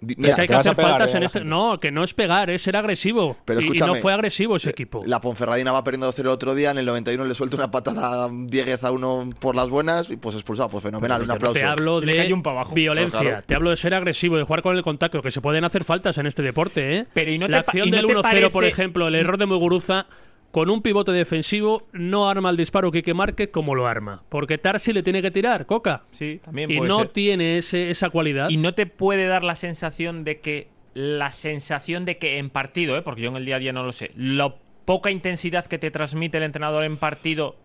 Di-
es
mira,
que hay
te
que
vas a
hacer
pegar, eh,
faltas
a
en
la
este.
gente.
No, que no es pegar, es ser agresivo.
Pero
Y- y, no
escúchame, eh,
fue agresivo ese equipo.
La Ponferradina va perdiendo 2-0 el otro día, en el 91 le suelta una patada 10 a 1 por las buenas y pues expulsado. Pues fenomenal, un
Yo no
aplauso.
te hablo
Y le
de
cayó un pa' abajo.
violencia,
Claro, claro.
te hablo de ser agresivo, de jugar con el contacto, que se pueden hacer faltas en este deporte. ¿eh?
Pero ¿y no
La
te pa-
acción
y no
del
te
1-0, por
parece-
ejemplo, el error de Muguruza, con un pivote defensivo, no arma el disparo que que marque como lo arma. Porque Tarsi le tiene que tirar, Coca.
Sí, también
Y
puede
no
ser.
tiene ese- esa cualidad.
pues, eh. Y no te puede dar la sensación de que. La sensación de que en partido, ¿eh? porque yo en el día a día no lo sé. La poca intensidad que te transmite el entrenador en partido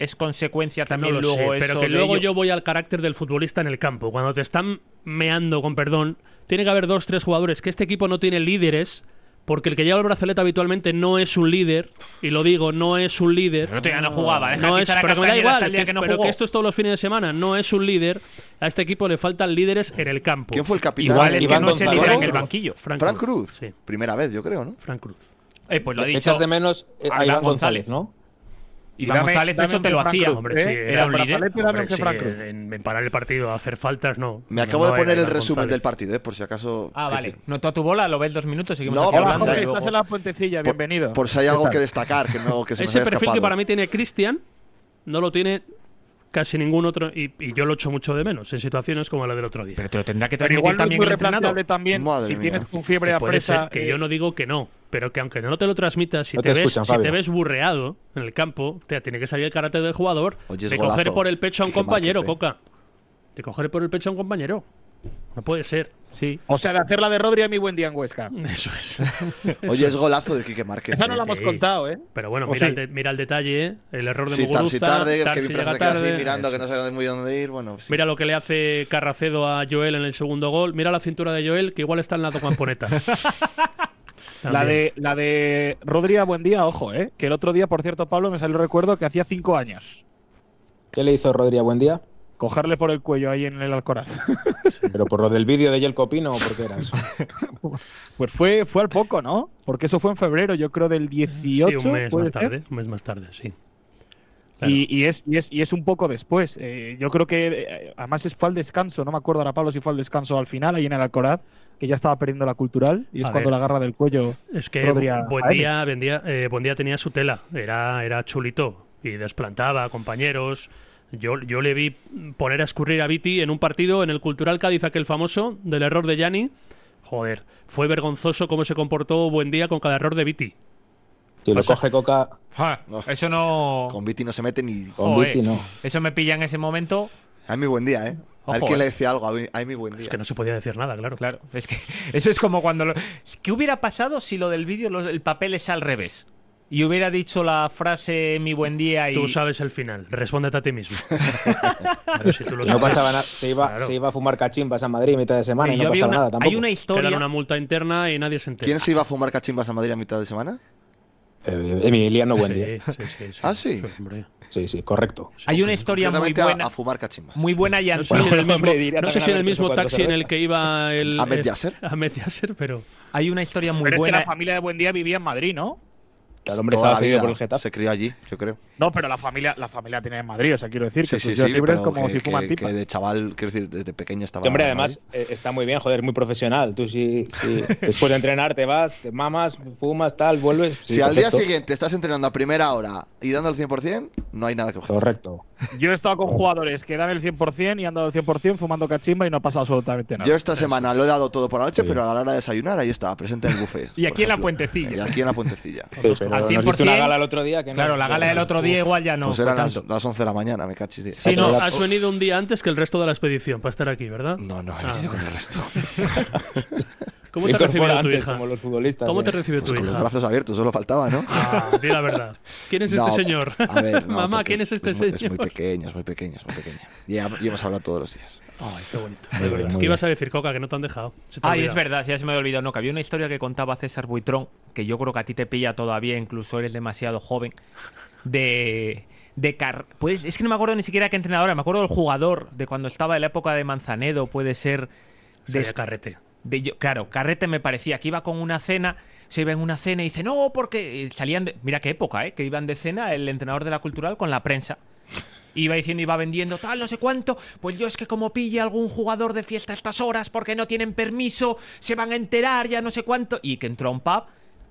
es consecuencia
Que no
también
lo
luego
sé, pero
eso
que
de
luego
ello.
yo voy al carácter del futbolista en el campo. Cuando te están meando, con perdón, tiene que haber dos, tres jugadores que este equipo no tiene líderes, porque el que lleva el brazalete habitualmente no es un líder, y lo digo, no es un líder.
Pero el otro día no jugaba, deja
no
de
es,
quitar a
pero que me
Castañeda
da
hasta
igual,
el día
que-
que no
pero
jugó.
que esto es todos los fines de semana, no es un líder. A este equipo le faltan líderes en el campo.
¿Quién fue el capitán?
Igual es que
Iván
no se
González.
lidera en el
Cruz.
banquillo.
Frank,
Frank Cruz.
Sí,
Primera vez, yo creo, ¿no?
Frank Cruz.
Eh, pues lo ha dicho.
Echas de menos eh, a
Iván
Iván González,
González.
¿no?
Iván
Dame-
González
dame
eso
un
te lo
Frank
hacía.
Cruz,
Hombre,
¿eh?
sí,
El
era un
brazalete,
líder.
dame
Hombre,
un
sí,
Frank Cruz.
en, en parar el partido, hacer faltas, no.
Me acabo de
No era
poner el
Iván
resumen
González.
del partido, eh, por si acaso.
Ah,
es
vale.
decir,
Notó tu bola, lo ves dos minutos, seguimos
No,
aquí
vamos
Hola,
hablando.
a
Jorge,
ver.
y luego-
estás en la
pues,
puentecilla,
por-
bienvenido.
Por, si hay algo
¿Qué
que
tal?
destacar, que, no, que se
Ese
nos haya
perfil que
escapado.
para mí tiene Cristian no lo tiene casi ningún otro y, y yo lo echo mucho de menos en situaciones como la del otro día.
Pero te lo tendrá que
Pero
transmitir
igual no es
también
muy
el entrenador.
replanteable también
Madre
si
mía.
tienes con fiebre
Que
a
Pues puede
presa.
ser que
eh,
yo no digo que no, pero que aunque no te lo transmitas, si,
No
te,
te
ves,
escuchan,
si te
Fabio.
ves burreado en el campo, te tiene que salir el carácter del jugador
Oye, es
de
golazo.
coger por el pecho a un
Qué
compañero,
matiz, eh.
Coca. De coger por el pecho a un compañero. No puede ser.
Sí.
O sea, de hacer la de Rodri a mi buen día en Huesca.
Eso es.
Oye, es golazo de Quique Márquez.
Esa no
eh.
la hemos contado, ¿eh?
Pero bueno,
O
mira,
sí.
el de- mira el detalle, ¿eh? el error de
Sí,
Muguruza.
Tarsi tarde,
Tarsi
Kevin Presa
llega
se queda así
tarde.
mirando que
Eso
no sabe muy dónde ir. Bueno, sí.
Mira lo que le hace Carracedo a Joel en el segundo gol. Mira la cintura de Joel, que igual está en la tocamponeta.
La de, la de Rodri a buen día, ojo, ¿eh? Que el otro día, por cierto, Pablo, me salió el recuerdo que hacía cinco años.
¿Qué le hizo Rodri a Buendía?
Cogerle por el cuello ahí en el Alcoraz.
¿Pero por lo del vídeo de Yelko Pino o por qué era eso?
Pues fue, fue al poco, ¿no? Porque eso fue en febrero, yo creo, del
Sí,
18.
un mes
¿puede
más
ser?
tarde. Un mes más tarde, sí. Claro.
Y, y es, y, es, y es un poco después. Eh, yo creo que, eh, además, es, fue al descanso. No me acuerdo ahora, Pablo, si fue al descanso al final, ahí en el Alcoraz, que ya estaba perdiendo la cultural. Y es
A
cuando
ver.
la agarra del cuello.
Es que
Rodri a-
buen
a él.
día, buen día, eh, buen día tenía su tela, era, era chulito y desplantaba a compañeros. Yo, yo le vi poner a escurrir a Viti en un partido en el Cultural Cádiz, aquel famoso, del error de Yanni. Joder, fue vergonzoso cómo se comportó buen día con cada error de Viti.
Si lo
Pasa-
coge Coca,
Eso no.
Con Viti no se mete ni.
Con
eh.
Joder. Viti no.
Eso me pilla en ese momento.
A mí buen día, ¿eh? A ver
Ojo,
quién le
eh.
decía algo. A mí, a mí buen día.
Es que no se podía decir nada, claro.
Claro, es que eso es como cuando. Lo... ¿Qué hubiera pasado si lo del vídeo, lo- el papel es al revés? Y hubiera dicho la frase mi buen día y.
Tú sabes el final, respóndete a ti mismo. Pero si tú lo
no
sabes-
pasaba nada. Se iba,
Claro.
se iba a fumar cachimbas a Madrid a mitad de semana y
yo
no
vi
pasaba
una-
nada tampoco.
Quedaron una multa interna y nadie se entera.
¿Quién se iba a fumar cachimbas a Madrid a mitad de semana?
Eh, Emiliano Buendía.
Sí, sí, sí, sí.
Ah, sí.
Sí, sí, correcto.
Hay una historia muy
Concretamente a-
buena.
A, fumar cachimbas.
Muy buena y
No sé si en el
antigua.
mismo, no sé si en el mismo taxi en el que iba el.
Ahmed
eh,
Yasser.
Ahmed Yasser, pero.
Hay una historia muy
Pero es que
buena.
la familia de Buendía vivía en Madrid, ¿no?
El hombre
Toda
estaba
la
cedido
vida
por el Getafe.
Se crió allí, yo creo.
No, pero la familia, la familia tenía en Madrid. O sea, quiero decir
Sí,
que
sí,
sus
sí.
días libres
pero
como
que,
si fuman
que-
pipa.
que de chaval, quiero decir, desde pequeño estaba.
Que, hombre,
en
además eh, está muy bien, joder, muy profesional. Tú sí, sí, después de entrenar te vas, te mamas, fumas, tal, vuelves.
Madrid.
Sí,
Si al día
perfecto.
siguiente estás entrenando a primera hora y dando el 100%, no hay nada que objetar.
Correcto.
Yo he estado con jugadores que dan el 100% y han dado el 100% fumando cachimba y no ha pasado absolutamente nada.
Yo esta semana lo he dado todo por la noche, pero a la hora de desayunar ahí estaba, presente en el buffet.
Y aquí en la
Y
puentecilla.
aquí en la puentecilla.
Sí, pero
Al
nos
100%.
diste una gala el otro día que no-
Claro, la gala del otro día igual ya no.
pues
fue
eran las,
tanto.
las 11 de la mañana, me cachis. tío.
Sí, no,
No, has venido un día antes que el resto de la expedición para estar aquí, ¿verdad?
No, no, he
Ah.
venido con el resto. Pues
¿Cómo te ha recibido tu
Antes,
hija?
como los futbolistas.
¿Cómo
eh.
te recibió
Pues
tu
con
ah.
los
hija?
brazos abiertos, solo faltaba, ¿no?
Ah, di la verdad. ¿Quién es
No,
este señor?
A ver, no,
Mamá,
porque
¿quién es este
es muy- Es
señor?
muy pequeño, es muy pequeño, es muy pequeño. Y, ya- y hemos hablado todos los días.
Ay, qué bonito.
Muy
de
bien,
verdad.
muy
¿Qué ibas a decir, Coca, que no te han dejado? Se te ha
Ay, es
olvidado.
verdad, ya se me había olvidado. No, que había una historia que contaba César Buitrón, que yo creo que a ti te pilla todavía, incluso eres demasiado joven. De. De car pues es que no me acuerdo ni siquiera qué entrenadora, me acuerdo del jugador, de cuando estaba en la época de Manzanedo, puede ser.
Sería
de-
carrete.
de yo- claro, Carrete me parecía que iba con una cena, se iba en una cena y dice, no, porque eh, salían de... Mira qué época, ¿eh? Que iban de cena el entrenador de la cultural con la prensa. Iba diciendo, iba vendiendo tal, no sé cuánto. Pues yo es que como pille algún jugador de fiesta a estas horas porque no tienen permiso, se van a enterar ya no sé cuánto. Y que entró a un pub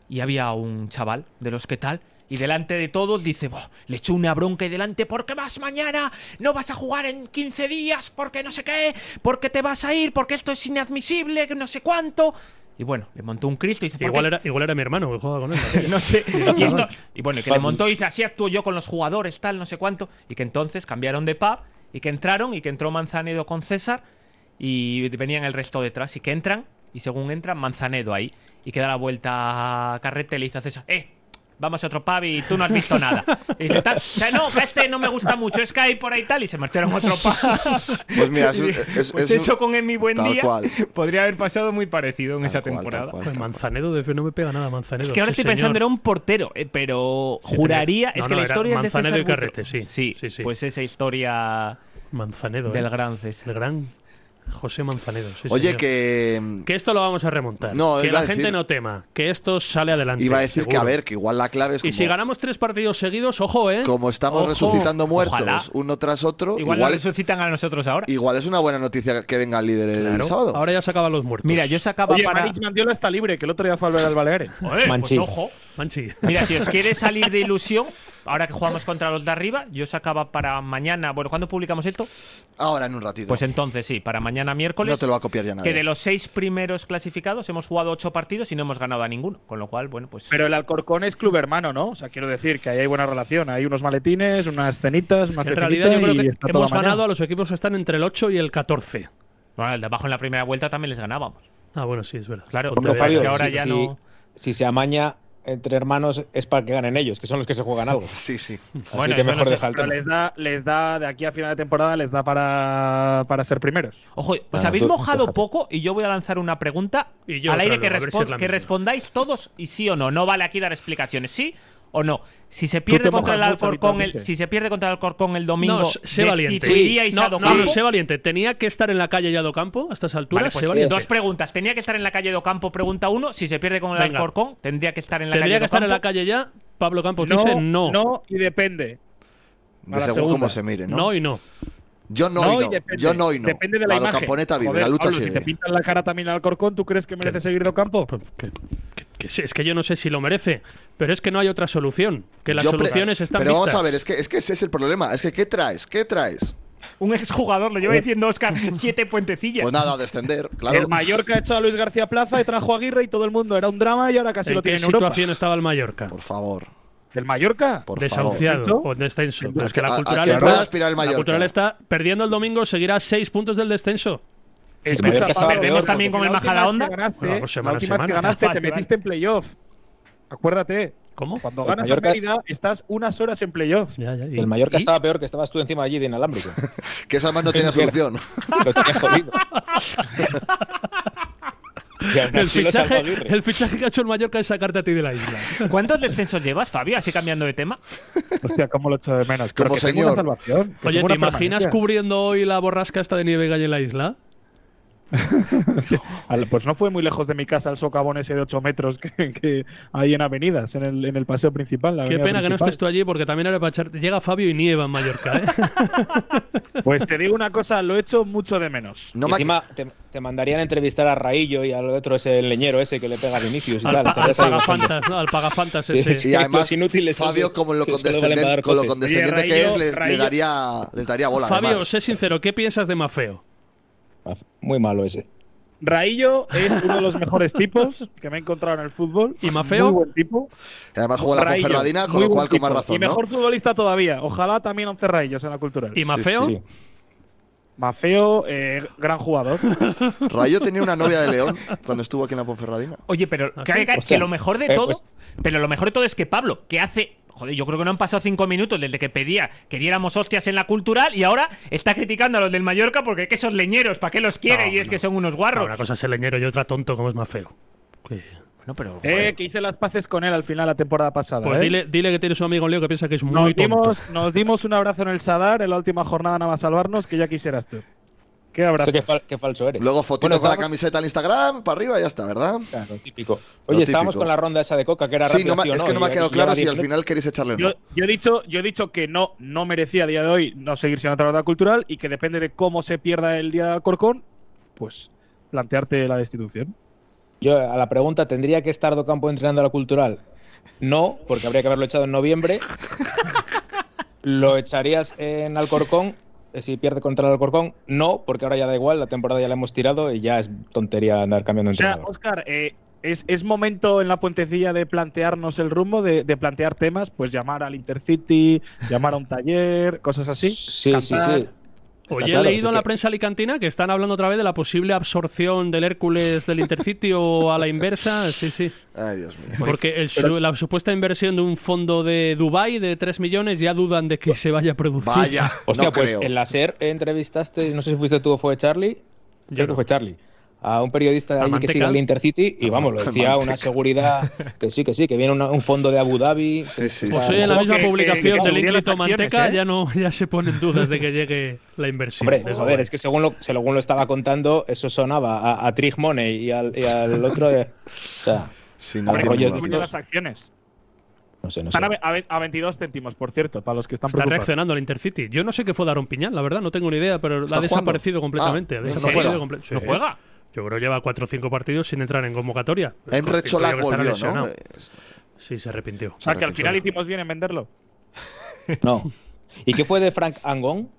y había un chaval de los que tal. Y delante de todos dice, "Buah, le echó una bronca y delante, ¿por qué vas mañana? No vas a jugar en 15 días, porque no sé qué, porque te vas a ir, porque esto es inadmisible, que no sé cuánto. Y bueno, le montó un Cristo y dice, "¿Por qué
Igual era, igual era mi hermano que jugaba con él.
no sé. Y, esto- y bueno, y que le montó y dice, así actúo yo con los jugadores, tal, no sé cuánto. Y que entonces cambiaron de pub y que entraron y que entró Manzanedo con César y venían el resto detrás y que entran y según entran, Manzanedo ahí. Y que da la vuelta a Carrete y le dice a César, eh, vamos a otro pub y tú no has visto nada. Y dice, tal, o sea, no, que este no me gusta mucho, es que hay por ahí tal y se marcharon a otro pub.
Pues mira, es un-
Y-
es-
pues
es un-
eso con en mi buen
tal
día
cual.
podría haber pasado muy parecido en
Tal
esa
cual, tal
temporada.
cual,
Joder,
tal cual.
Manzanedo de no me pega nada, Manzanedo.
Es que ahora
sí,
estoy pensando,
señor.
era un portero, eh, pero
Sí,
juraría. es
tenía- no,
que
no,
la
era
historia es de
Manzanedo
César
y
Buitrón.
Carrete, sí,
Sí,
sí, sí.
Pues esa historia
Manzanedo,
del
¿eh?
gran César.
El gran José Manzanedo. sí,
Oye,
señor.
que. mm,
Que esto lo vamos a remontar.
No,
que
iba
la
a decir-
gente no tema. Que esto sale adelante.
Iba a decir que, a
seguro.
ver, que igual la clave es como,
Y si ganamos tres partidos seguidos, ojo, ¿eh?
como estamos
Ojo.
resucitando muertos
Ojalá.
uno tras otro,
Igual,
igual,
la
igual,
resucitan a nosotros ahora.
es una buena noticia que venga el líder el
Claro,
sábado.
Ahora ya se acaban los muertos.
Mira,
pues,
yo sacaba
Oye,
para.
Maric Mandiola está libre, que el otro día fue al ver al Baleares.
Joder, pues
Manchi.
ojo.
Manchi.
Mira, si os quiere salir de ilusión, ahora que jugamos contra los de arriba, yo sacaba para mañana. Bueno, ¿cuándo publicamos esto?
Ahora en un ratito.
Pues entonces sí, para mañana miércoles.
no te lo va a copiar ya nadie.
que de los seis primeros clasificados hemos jugado ocho partidos y no hemos ganado a ninguno. Con lo cual, bueno, pues.
Pero el Alcorcón es club hermano, ¿no? O sea, quiero decir que ahí hay buena relación. Hay unos maletines, unas cenitas, una
En realidad, yo
cecinita
creo
y
que
está toda
hemos
mañana.
ganado a los equipos que están entre el 8 y el 14.
Bueno, el de abajo en la primera vuelta también les ganábamos.
Ah, bueno, sí, es verdad.
Claro,
Ponte
Hombre,
de-
Fabio,
que ahora
si,
ya
si-
no-
si se amaña entre hermanos es para que ganen ellos, que son los que se juegan algo.
Sí, sí.
Así
Bueno,
que
eso no
mejor
sé,
dejar el
Pero
tema.
les da, les da, de aquí a final de temporada, les da para, para ser primeros.
Ojo, os
Bueno,
habéis
tú-
mojado
fíjate.
poco y yo voy a lanzar una pregunta
Y yo
al
otra
aire que,
luego, a ver si
respon-
es la
que
misma.
respondáis todos y sí o no. No vale aquí dar explicaciones, sí o no. Si se
te
pierde
mojas
contra el
mucho,
Alcorcón, el,
habitualmente.
si se pierde contra el Alcorcón el domingo,
No, sé valiente.
destituiríais a
No, no,
Docampo.
no, sé valiente. Tenía que estar en la calle ya Docampo a estas alturas.
Vale, pues,
sé valiente.
dos preguntas. Tenía que estar en la calle de Ocampo, pregunta uno. Si se pierde con el
Venga.
Alcorcón, tendría que estar en la
Tendría
calle de
que estar en la
Ocampo.
calle ya. Pablo Campos dice no.
no y depende.
De según cómo se mire, ¿no?
No y no.
Yo no, y no.
depende.
Yo no y no.
Depende de la,
de
imagen.
Camponeta vive,
Joder,
la lucha
Pablo,
sigue.
Si te pintan la cara también al Corcón, ¿tú crees que merece seguir de campo?
Pues Que sí, es que yo no sé si lo merece, pero es que no hay otra solución. Que las
Yo pre-
soluciones están
Pero
vistas.
vamos a ver, es que, es que ese es el problema. Es que, ¿qué traes? ¿Qué traes?
Un exjugador, lo lleva diciendo Oscar, siete puentecillas.
Pues nada, descender, claro.
El Mallorca echó a Luis García Plaza y trajo a Aguirre y todo el mundo. Era un drama y ahora casi
¿En
lo
qué
tiene en Europa.
situación estaba el Mallorca?
Por favor.
¿El Mallorca?
Por
Desahuciado o en descenso.
Es
Es que
que a-
la
a
cultural,
que
está,
pueda aspirar el
la
Mallorca.
cultural está perdiendo el domingo, seguirá a seis puntos del descenso.
Escucha, Pablo, porque la última vez que
Majadahonda.
ganaste,
Bueno, pues
la
semana
última
a
vez que
semana.
ganaste, te
Vale, vale.
metiste en playoff. Acuérdate.
¿Cómo?
Cuando
El
ganas
Mallorca-
en Mérida, estás unas horas en playoff.
y-
El Mallorca estaba peor que estabas tú encima allí de inalámbrico.
que eso además no tiene solución.
Lo tenías jodido.
El fichaje, el fichaje que ha hecho el Mallorca es sacarte a ti de la isla.
¿Cuántos descensos llevas, Fabio? Así cambiando de tema.
Hostia, cómo lo echo de menos.
Como
Pero que tengo una
señor.
salvación, que
Oye,
tengo
¿te
una
imaginas
permanencia.
cubriendo hoy la borrasca esta de nieve que hay en la isla?
Al- Pues no fue muy lejos de mi casa el socavón ese de 8 metros que, que hay en avenidas, en el, en el paseo principal. la
Qué
avenida
pena que no
principal.
estés tú allí porque también era para echar. Llega Fabio y nieva en Mallorca, ¿eh?
Pues te digo una cosa, lo he hecho mucho de menos.
No
Y
me-
encima te, te mandarían a entrevistar a Raillo y al otro ese el leñero ese que le pega a Vinicius y
al,
tal.
pa- al
estarías ahí buscando.
pagafantas, ¿no? Al pagafantas
Sí,
ese.
sí, Y además, Los inútiles son
Fabio,
su-
como lo
que solo valen para dar
condescendente, con lo
coces.
condescendiente
Oye,
que es,
Rayo-
les, les
Rayo-
daría, les daría bola.
Fabio,
además.
sé sincero, ¿qué piensas de Mafeo?
"Ah, Muy malo ese. Raillo es uno de los mejores tipos que me he encontrado en el fútbol.
¿Y Mafeo?
Muy buen tipo.
Además juega la
Raillo,
Ponferradina, con
muy
lo
buen
cual con más
tipo.
razón,
Y mejor
¿no?
futbolista todavía. Ojalá también 11 Raillos en la cultural.
¿Y Mafeo?
Mafeo, eh, gran jugador.
Rayo tenía una novia de León cuando estuvo aquí en la Ponferradina.
Oye, pero
¿Ah,
que,
sí?
que- que
Hostia.
lo mejor de
Eh,
todo,
pues-
pero lo mejor de todo es que Pablo, que hace, joder, yo creo que no han pasado cinco minutos desde que pedía que diéramos hostias en la cultural y ahora está criticando a los del Mallorca porque es que son leñeros, ¿para qué los quiere?
No,
y es
no.
que son unos
Ah,
guarros.
Una cosa es el leñero y otra tonto como es Mafeo. Que-
Bueno, pero
Eh, que hice las paces con él al final la temporada pasada.
Pues
¿eh?
dile, dile que tienes un amigo en Leo que piensa que es muy
Nos
tonto.
dimos, nos dimos un abrazo en el Sadar en la última jornada nada más salvarnos, que ya quisieras tú. Qué abrazo.
Qué, fal- qué falso eres.
Luego fotito
Bueno,
con la
estábamos-
camiseta en Instagram, para arriba y ya está, ¿verdad?
Claro, típico.
Lo
Oye, estábamos
típico.
con la ronda esa de coca, que era
Sí,
rápida,
no me-
sí o
es que no
y
me ha quedado
lleva
claro
10
si al
minutos.
final queréis echarle o no.
Yo, yo he dicho, yo he dicho que no, no merecía a día de hoy no seguir siendo otra de Cultural y que depende de cómo se pierda el día de Corcón, pues plantearte la destitución.
Yo a la pregunta, ¿tendría que estar Docampo entrenando a la cultural? No, porque habría que haberlo echado en noviembre. ¿Lo echarías en Alcorcón? eh, Si pierde contra el Alcorcón, no, porque ahora ya da igual, la temporada ya la hemos tirado y ya es tontería andar cambiando
O sea,
entrenador.
Oscar, es, es momento en la puentecilla de plantearnos el rumbo, de, de plantear temas, pues llamar al Intercity, llamar a un taller, cosas así.
Sí,
Cantar.
Oye,
claro,
he
sí
leído en la
que-
prensa alicantina que están hablando otra vez de la posible absorción del Hércules del Intercity o a la inversa. Sí, sí.
Ay, Dios mío.
Porque el su- la supuesta inversión de un fondo de Dubai de 3 millones ya dudan de que se vaya a producir.
Hostia, pues en la SER entrevistaste, no sé si fuiste tú o fue Charlie, yo creo que fue Charlie, a un periodista de
¿A
ahí que
Manteca?
sigue el Intercity y vamos, lo decía
Manteca.
una seguridad que sí, que sí, que viene una- un fondo de Abu Dhabi. que-
Pues hoy en la
Ojo
misma
que- que-
publicación
que-
del
que-
ínclito
las acciones,
Manteca
¿eh?
ya no ya se ponen dudas de que llegue la inversión.
Hombre,
desde
joder,
luego.
es que según lo, según lo estaba contando, eso sonaba a, a Trig Money y al, y al otro. eh, o sea,
Hombre,
rollo
¿cómo
de-
están las acciones.
no sé, no sé.
Están a, ve- a ve- a 22 céntimos, por cierto, para los que están
Está
preocupados.
reaccionando el Intercity. Yo no sé qué fue Daron Piñán, la verdad, no tengo ni idea, pero ha
¿Está jugando?
desaparecido
Ah,
completamente. ha
¿no
desaparecido
juega?
comple-
¿No juega?
Yo creo que lleva 4 o 5 partidos sin entrar en convocatoria.
En
Creo que
Rechola
estará
volvió,
lesionado.
¿no?
Sí, se arrepintió.
O sea, que al final hicimos bien en venderlo.
No. ¿Y qué fue de Frank Angón?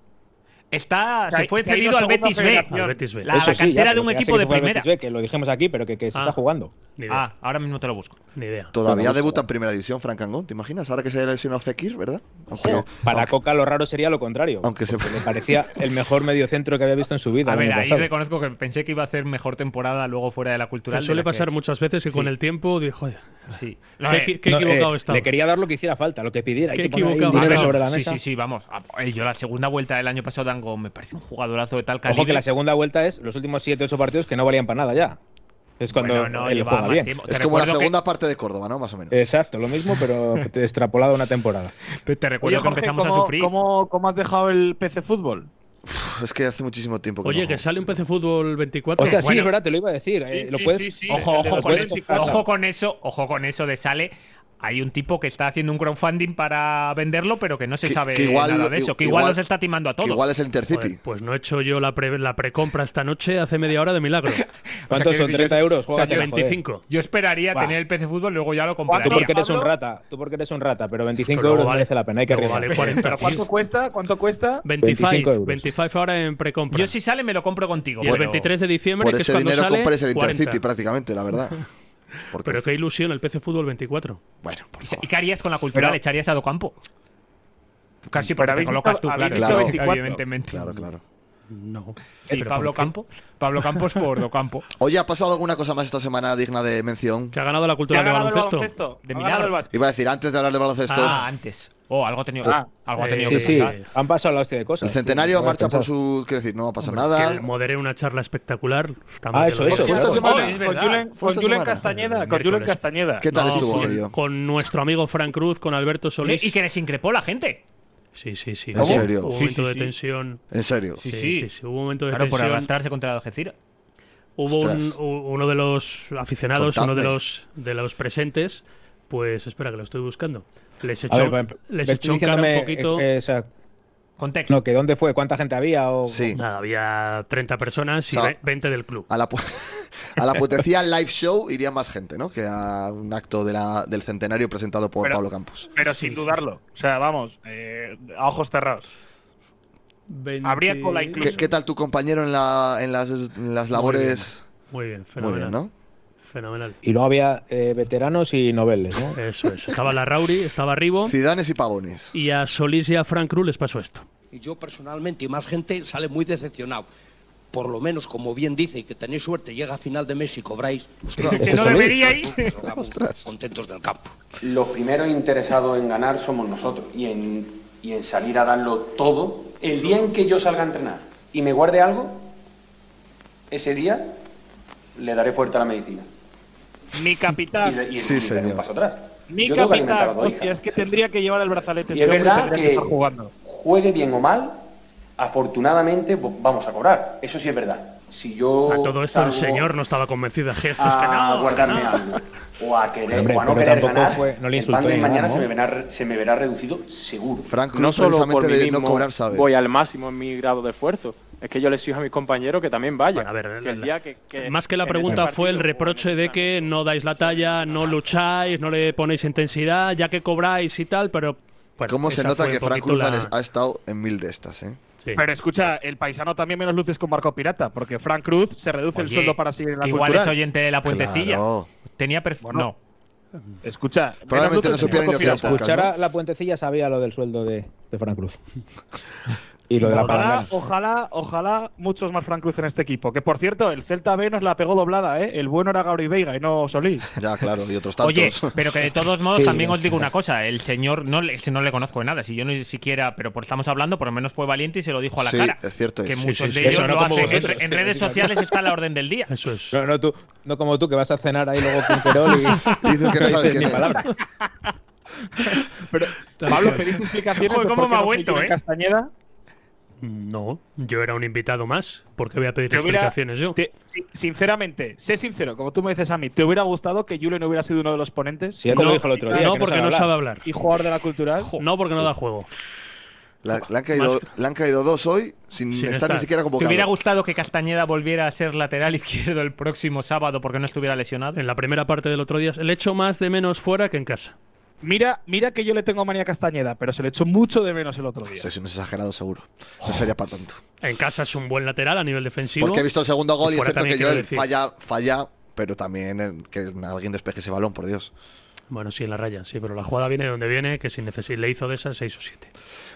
Está,
Que
se
hay-
fue
que hay
cedido
una
al
segunda
Betis B.
federación. Al Betis
La, Ah, la
Eso sí, ya,
cantera de
pero
un
que ya sé
equipo
que
de
fue al
primera.
Betis B, que lo dijimos aquí, pero que, que se
Ah.
está jugando.
Ah, ahora mismo te lo busco.
Ni idea.
Todavía
Vamos,
debuta en primera división, Frank Angón, ¿te imaginas? Ahora que se ha lesionado Fekir, ¿verdad? Aunque-
Pero para Coca lo raro sería lo contrario.
Aunque se
Me parecía el mejor mediocentro que había visto en su vida.
A
el
ver,
año
ahí
pasado.
reconozco que pensé que iba a hacer mejor temporada luego fuera de la cultural.
Que
de
suele
la que ha
pasar
hecho.
muchas veces que con
Sí.
el tiempo, digo, joder,
Sí.
qué, equi- qué
No,
equivocado
eh,
está.
Le quería dar lo que hiciera falta, lo que pidiera. hay
Qué
que poner ahí
equivocado
dinero
estaba.
sobre la
Sí,
mesa.
sí, sí, vamos. A- Yo la segunda vuelta del año pasado, Dango, me parece un jugadorazo de tal calibre.
Ojo que la segunda vuelta es los últimos 7-8 partidos que no valían para nada ya. Es cuando
Bueno, no,
él
llevaba
juega
más
bien.
tiempo. Te
Es como la
recuerdo que-
segunda parte de Córdoba, ¿no? Más o menos.
Exacto, lo mismo, pero te extrapolado a una temporada.
Te recuerdo
Oye,
que
Jorge,
empezamos
¿cómo-
a sufrir.
¿cómo, cómo has dejado el PC Fútbol?
Uf, es que hace muchísimo tiempo que
Pues
Oye,
no
que
juego.
sale un PC Fútbol 24.
Hostia, sí,
Bueno,
es verdad, te lo iba a decir. eh,
Sí,
lo
sí,
puedes,
sí, sí.
Ojo,
Lo
ojo con,
puedes
eso,
comprar.
ojo con eso, ojo con eso de sale hay un tipo que está haciendo un crowdfunding para venderlo, pero que no se sabe
que igual-
nada de eso. Que igual,
igual-
nos está timando a todos.
igual es el Intercity.
Pues, pues no he hecho yo la, pre- la precompra esta noche hace media hora de milagro.
¿Cuántos son? 30 euros.
O sea,
Jógatela, joder.
25.
Yo esperaría
Buah.
tener el PC Fútbol, luego ya lo
Tú
compraría.
porque eres un rata, tú porque eres un rata, pero 25
Pero
euros
vale-
merece la pena, hay que
pero
arriesgar.
vale 40.
Pero ¿cuánto
cuesta? ¿Cuánto cuesta?
25,
euros.
25 ahora en precompra.
Yo si sale me lo compro contigo.
Y el
pero-
23 de diciembre,
Por
que es
ese
cuando
dinero
sale,
compres el
40.
Intercity prácticamente, la verdad. Porque,
Pero qué ilusión, el PC Fútbol 24.
bueno, por
¿Y qué harías con la cultura?
Pero-
¿Le echarías a Docampo? Casi
Pero
porque te
habéis
colocas
dicho-
tú,
habéis
claro.
dicho 24.
Evidentemente.
Claro, claro.
No.
Sí,
Pero
Pablo
¿por qué?
Campo. Pablo Campos por Docampo.
Oye, ¿ha pasado alguna cosa más esta semana digna de mención?
Que ha ganado la
cultura
cultura
Ha de
de
ganado el
baloncesto.
baloncesto. baloncesto. De Ha ganado milagro. el básquet.
Iba a decir, antes de hablar de baloncesto,
Ah, antes. Oh, algo ha tenido, algo ha
Eh,
tenido
sí,
que
sí,
pasar.
han pasado la hostia de
el
cosas.
centenario
tío,
marcha
no lo
por
he pensado.
su. Quiero decir, no va a pasar
Que
nada.
moderé una charla espectacular. Está
Ah,
mal que
eso,
lo
eso,
diga.
claro.
Hoy, con Julen,
Fue
con
esta
Julen
semana.
Castañeda, con Julen
Miércoles.
Castañeda.
¿Qué tal
No,
estuvo
con,
aquello?
con nuestro amigo Frank Cruz, con Alberto Solís.
Y que les increpó la gente.
Sí, sí, sí.
¿En serio?
Hubo un
Sí,
momento
sí,
de
sí.
tensión.
En serio.
Sí, sí, sí, Hubo un momento de
Claro, por
tensión.
arrastrarse contra la Algeciras.
Hubo un-
Ostras.
u- uno de los aficionados,
Contadme.
uno de los, de los presentes. Pues espera, que lo estoy buscando. Les
A
echó,
ver, pa-
les
ve
echó en cara
diciéndome,
un poquito.
eh, eh, o sea,
Contexto.
no, que dónde fue, cuánta gente había o
Sí.
Nada, había 30 personas y
O sea,
ve- 20 del club.
A la, pu- a la potencia live show iría más gente, ¿no? Que a un acto de la- del centenario presentado por
Pero-
Pablo Campos.
Pero sin dudarlo. O sea, vamos, eh, a ojos cerrados.
20
habría cola
¿Qué,
incluso.
qué tal tu compañero en, la- en las, en las labores?
Muy
Muy
bien,
bien,
fenomenal.
¿no?
Fenomenal.
y no había eh, veteranos y noveles, ¿no?
Eso es. Estaba la Rauri, estaba Ribo.
Cidanes y Pavones.
Y a Solís y a Frank Cruz les pasó esto.
Y yo personalmente y más gente sale muy decepcionado. Por lo menos, como bien dice, y que tenéis suerte, llega a final de mes y cobráis.
Que no deberíais.
Contentos del campo.
Los primeros interesados en ganar somos nosotros y en, y en salir a darlo todo. El día en que yo salga a entrenar y me guarde algo, ese día le daré fuerte a la medicina.
Mi
Y,
capitán.
le- y le
Sí,
daré
señor.
un paso atrás.
Mi
Yo tengo que alimentar a
capitán.
los dos
Hostia,
hijas.
es que tendría que llevar el brazalete.
Y
este
es
hombre,
verdad
tendría
que-
estar jugando.
Juegue bien o mal, afortunadamente vo- vamos a cobrar. Eso sí es verdad. Si yo
A
Oh,
todo esto
salgo
el señor no estaba convencido. Gestos que
a
no.
guardarme
que no.
algo o a querer
Hombre,
o a no
pero
querer
tampoco
ganar,
fue- no le
el pan
insultó
de
ni nada,
mañana
¿no?
se, me verá, se me verá reducido seguro.
Frank Cruz,
no solo por
precisamente
mí
de
mismo
no cobrar, sabe.
voy al máximo en mi grado de esfuerzo. Es que yo le exijo a mis compañeros que también vayan.
Bueno, a ver,
Que el
la-
día que- que-
Más que la
en
pregunta
ese
fue el
partido-
reproche de que no dais la talla, no lucháis, no le ponéis intensidad, ya que cobráis y tal, pero. bueno,
¿Cómo se
esa
nota
fue
que
un
Frank
poquito
Cruz
la-
ha estado en mil de estas, eh?
Sí.
Pero escucha, el paisano también menos luces con Marco Pirata, porque Frank Cruz se reduce el
Oye,
sueldo para seguir en la
que igual es
cultural.
oyente de la puentecilla.
Claro.
Tenía perfil.
Bueno,
no.
Escucha,
Probablemente no
menos luces
supieran
con
ni lo que era
Marco
el
Pirata.
podcast,
Escuchara la puentecilla sabía lo del sueldo de, de Fran Cruz. y lo de la
Ojalá,
palangana.
ojalá, ojalá muchos más Frank Cruz en este equipo. Que por cierto, el Celta B nos la pegó doblada, ¿eh? El bueno era Gabri Veiga y no Solís.
¿no? Ya, claro, y otros tantos.
Oye, pero que de todos modos
Sí.
también os digo una cosa, el señor no le, si no le conozco de nada, si yo ni siquiera, pero por estamos hablando, por lo menos fue valiente y se lo dijo a la
Sí,
cara.
es cierto,
Que
es.
muchos
Sí, sí,
de
sí.
ellos
Eso no
lo
como
hacen.
vosotros,
En, en
sí,
redes
sí, sí.
sociales está la orden del día.
Eso es.
No, no, tú, no como tú que vas a cenar ahí luego con Querol y,
Dices que no
dices
sabes quién
ni
es.
palabra.
Pablo, ¿pediste explicaciones
Joder,
de
cómo me
por
ha
qué no fue
vuelto,
Julen
eh?
Castañeda?
No, yo era un invitado más. ¿Por qué voy a pedir
Te hubiera-
explicaciones yo?
te- si- sinceramente, sé sincero, como tú me dices a mí, ¿te hubiera gustado que Julen hubiera sido uno de los ponentes?
Sí, ya te
No,
lo dijo el otro día.
no,
que
porque no sabe hablar.
¿Y jugador de la cultural?
No, porque no da juego.
La- le, han caído, le han caído dos hoy sin,
Sin
estar,
estar.
ni siquiera
¿Te
convocado.
hubiera gustado que Castañeda volviera a ser lateral izquierdo el próximo sábado porque no estuviera lesionado?
En la primera parte del otro día, le echo más de menos fuera que en casa.
Mira, mira que yo le tengo manía a Castañeda, pero se le echó mucho de menos el otro día.
Eso es un exagerado seguro. No sería para tanto.
En casa es un buen lateral a nivel defensivo.
Porque he visto el segundo gol y, es
fuera
cierto
también
que
quiero
Joel
decir.
falla, falla, pero también el- que alguien despeje ese balón, por Dios.
Bueno, sí, en la raya, sí, pero la jugada viene de donde viene, que sin necesidad le hizo de esas 6 o 7.